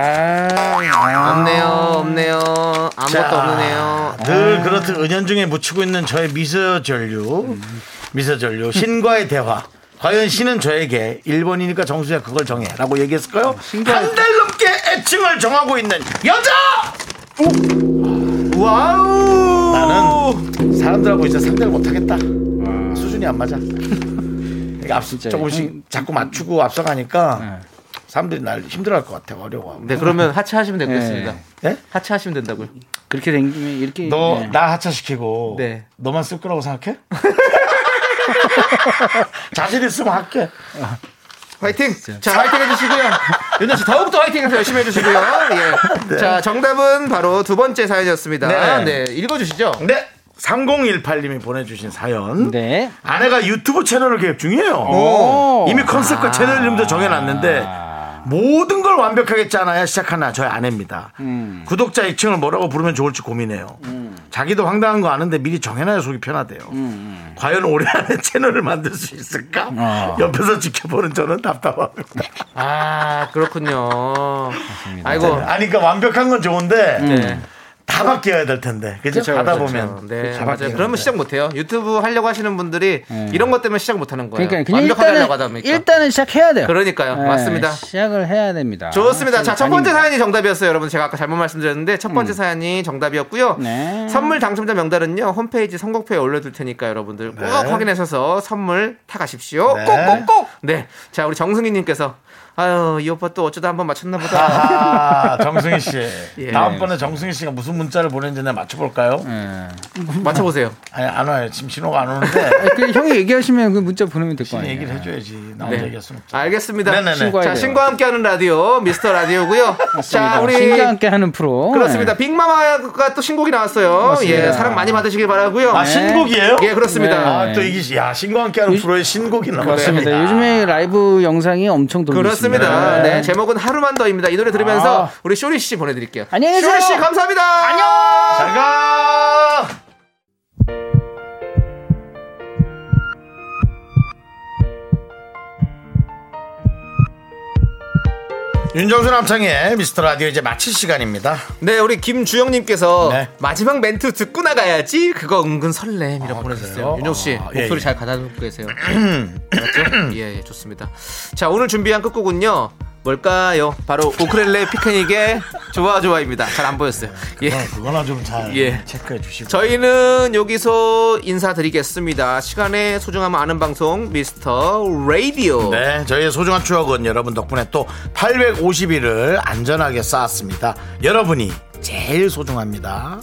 Speaker 6: 아,
Speaker 2: 없네요. 없네요. 아무것도
Speaker 1: 자.
Speaker 2: 없네요.
Speaker 1: 늘 그렇듯 은연중에 묻히고 있는 저의 미세 전류. 미세 전류 신과의 대화. 과연 신은 저에게 1번이니까 정수야 그걸 정해라고 얘기했을까요?
Speaker 6: 신과의
Speaker 1: 한 달 넘게 애칭을 정하고 있는 여자.
Speaker 2: 와우!
Speaker 1: 나는 사람들하고 이제 상대를 못하겠다. 수준이 안 맞아. 이게 앞,
Speaker 6: 형-
Speaker 1: 조금씩 자꾸 맞추고 앞서가니까 사람들이 날 힘들어할 것 같아. 어려워.
Speaker 2: 네, 그러면 하차하시면 되겠습니다.
Speaker 1: 예?
Speaker 2: 하차하시면 된다고요.
Speaker 6: 그렇게 댕기면 이렇게
Speaker 1: 너
Speaker 6: 네.
Speaker 1: 나 하차시키고
Speaker 2: 네.
Speaker 1: 너만 쓸 거라고 생각해? 자신 있으면 할게.
Speaker 2: 화이팅! 자, 화이팅 해주시고요. 윤정 씨, 더욱더 화이팅 해서 열심히 해주시고요. 예. 자, 정답은 바로 두 번째 사연이었습니다.
Speaker 1: 네.
Speaker 2: 네. 읽어주시죠.
Speaker 1: 네. 3018님이 보내주신 사연.
Speaker 6: 네.
Speaker 1: 아내가 유튜브 채널을 계획 중이에요. 이미 컨셉과 채널 이름도 정해놨는데 모든 걸 완벽하게 짜놔야 시작하나 저의 아내입니다.
Speaker 6: 음.
Speaker 1: 구독자 2층을 뭐라고 부르면 좋을지 고민해요. 자기도 황당한 거 아는데 미리 정해놔야 속이 편하대요.
Speaker 6: 음,
Speaker 1: 과연 올해 안에 채널을 만들 수 있을까?
Speaker 6: 아.
Speaker 1: 옆에서 지켜보는 저는 답답합니다.
Speaker 2: 아, 그렇군요. 아이고.
Speaker 1: 아니 그러니까 완벽한 건 좋은데
Speaker 2: 네.
Speaker 1: 다 바뀌어야 될 텐데 그죠?
Speaker 2: 그렇죠,
Speaker 1: 하다
Speaker 2: 그렇죠.
Speaker 1: 보면
Speaker 2: 네,
Speaker 1: 다
Speaker 2: 맞아요.
Speaker 1: 바뀌는
Speaker 2: 그러면
Speaker 1: 거죠.
Speaker 2: 시작 못해요. 유튜브 하려고 하시는 분들이 이런 것 때문에 시작 못하는 거예요.
Speaker 6: 네. 그러니까 그냥
Speaker 2: 네. 완벽하게 하려고 하다
Speaker 6: 일단은,
Speaker 2: 보니까.
Speaker 6: 일단은 시작해야 돼요.
Speaker 2: 그러니까요.
Speaker 6: 네,
Speaker 2: 맞습니다.
Speaker 6: 시작을 해야 됩니다.
Speaker 2: 좋습니다. 자, 첫 번째
Speaker 6: 아닙니다. 음.
Speaker 2: 사연이 정답이었어요. 여러분, 제가 아까 잘못 말씀드렸는데, 첫 번째 사연이 정답이었고요.
Speaker 6: 네.
Speaker 2: 선물 당첨자 명단은요, 홈페이지 선곡표에 올려둘 테니까 여러분들
Speaker 1: 네.
Speaker 2: 꼭 확인하셔서 선물 타가십시오. 꼭꼭꼭! 네. 자, 우리 정승희님께서, 아유, 이 오빠 또 어쩌다 한번 맞췄나 보다.
Speaker 1: 아, 정승희 씨.
Speaker 2: 예.
Speaker 1: 다음번에 정승희 씨가 무슨 문자를 보냈는지 내가 맞춰볼까요?
Speaker 2: 네.
Speaker 6: 네.
Speaker 2: 맞춰보세요.
Speaker 1: 아니, 안 와요. 지금 신호가 안 오는데.
Speaker 6: 아, 그 형이 얘기하시면 그 문자 보내면 될 거
Speaker 1: 지금
Speaker 6: 아니에요.
Speaker 1: 얘기를 해줘야지. 나 혼자
Speaker 2: 네.
Speaker 1: 얘기할 수는 없죠.
Speaker 2: 알겠습니다.
Speaker 1: 네네네.
Speaker 6: 신고해야
Speaker 2: 자,
Speaker 6: 돼요.
Speaker 2: 신과 함께하는 라디오, 미스터 라디오고요 자, 아, 우리.
Speaker 6: 신과 함께 하는 프로. 네.
Speaker 2: 그렇습니다. 빅마마가 또 신곡이 나왔어요. 예, 사랑 많이 받으시길 바라고요
Speaker 1: 아, 신곡이에요?
Speaker 2: 예, 그렇습니다.
Speaker 6: 네.
Speaker 1: 아, 또 이게, 야, 신과 함께하는 프로의 신곡이 나왔어요.
Speaker 6: 그렇습니다. 요즘에 라이브 영상이 엄청 돌고
Speaker 2: 그렇습니다.
Speaker 6: 있습니다.
Speaker 2: 네. 제목은 하루만 더입니다. 이 노래 들으면서
Speaker 6: 아.
Speaker 2: 우리 쇼리 씨 보내드릴게요.
Speaker 6: 안녕히 계세요.
Speaker 2: 쇼리 씨 감사합니다. 안녕.
Speaker 1: 잘 가! 윤정수 남창의 미스터 라디오 이제 마칠 시간입니다.
Speaker 2: 네, 우리 김주영님께서
Speaker 1: 네.
Speaker 2: 마지막 멘트 듣고 나가야지 그거 은근 설렘이라고 보내주셨어요. 윤혁 씨
Speaker 1: 아, 예,
Speaker 2: 목소리
Speaker 1: 예.
Speaker 2: 잘 가다듬고 계세요. 맞죠? 예, 예, 좋습니다. 자, 오늘 준비한 끝곡은요. 뭘까요? 바로 우크렐레 피크닉의 좋아 좋아입니다. 잘 안 보였어요. 예.
Speaker 1: 네, 그거나 좀 잘
Speaker 2: 예.
Speaker 1: 체크해 주시고.
Speaker 2: 저희는 여기서 인사드리겠습니다. 시간의 소중함 아는 방송 미스터 라디오.
Speaker 1: 네, 저희의 소중한 추억은 여러분 덕분에 또 850일을 안전하게 쌓았습니다. 여러분이 제일 소중합니다.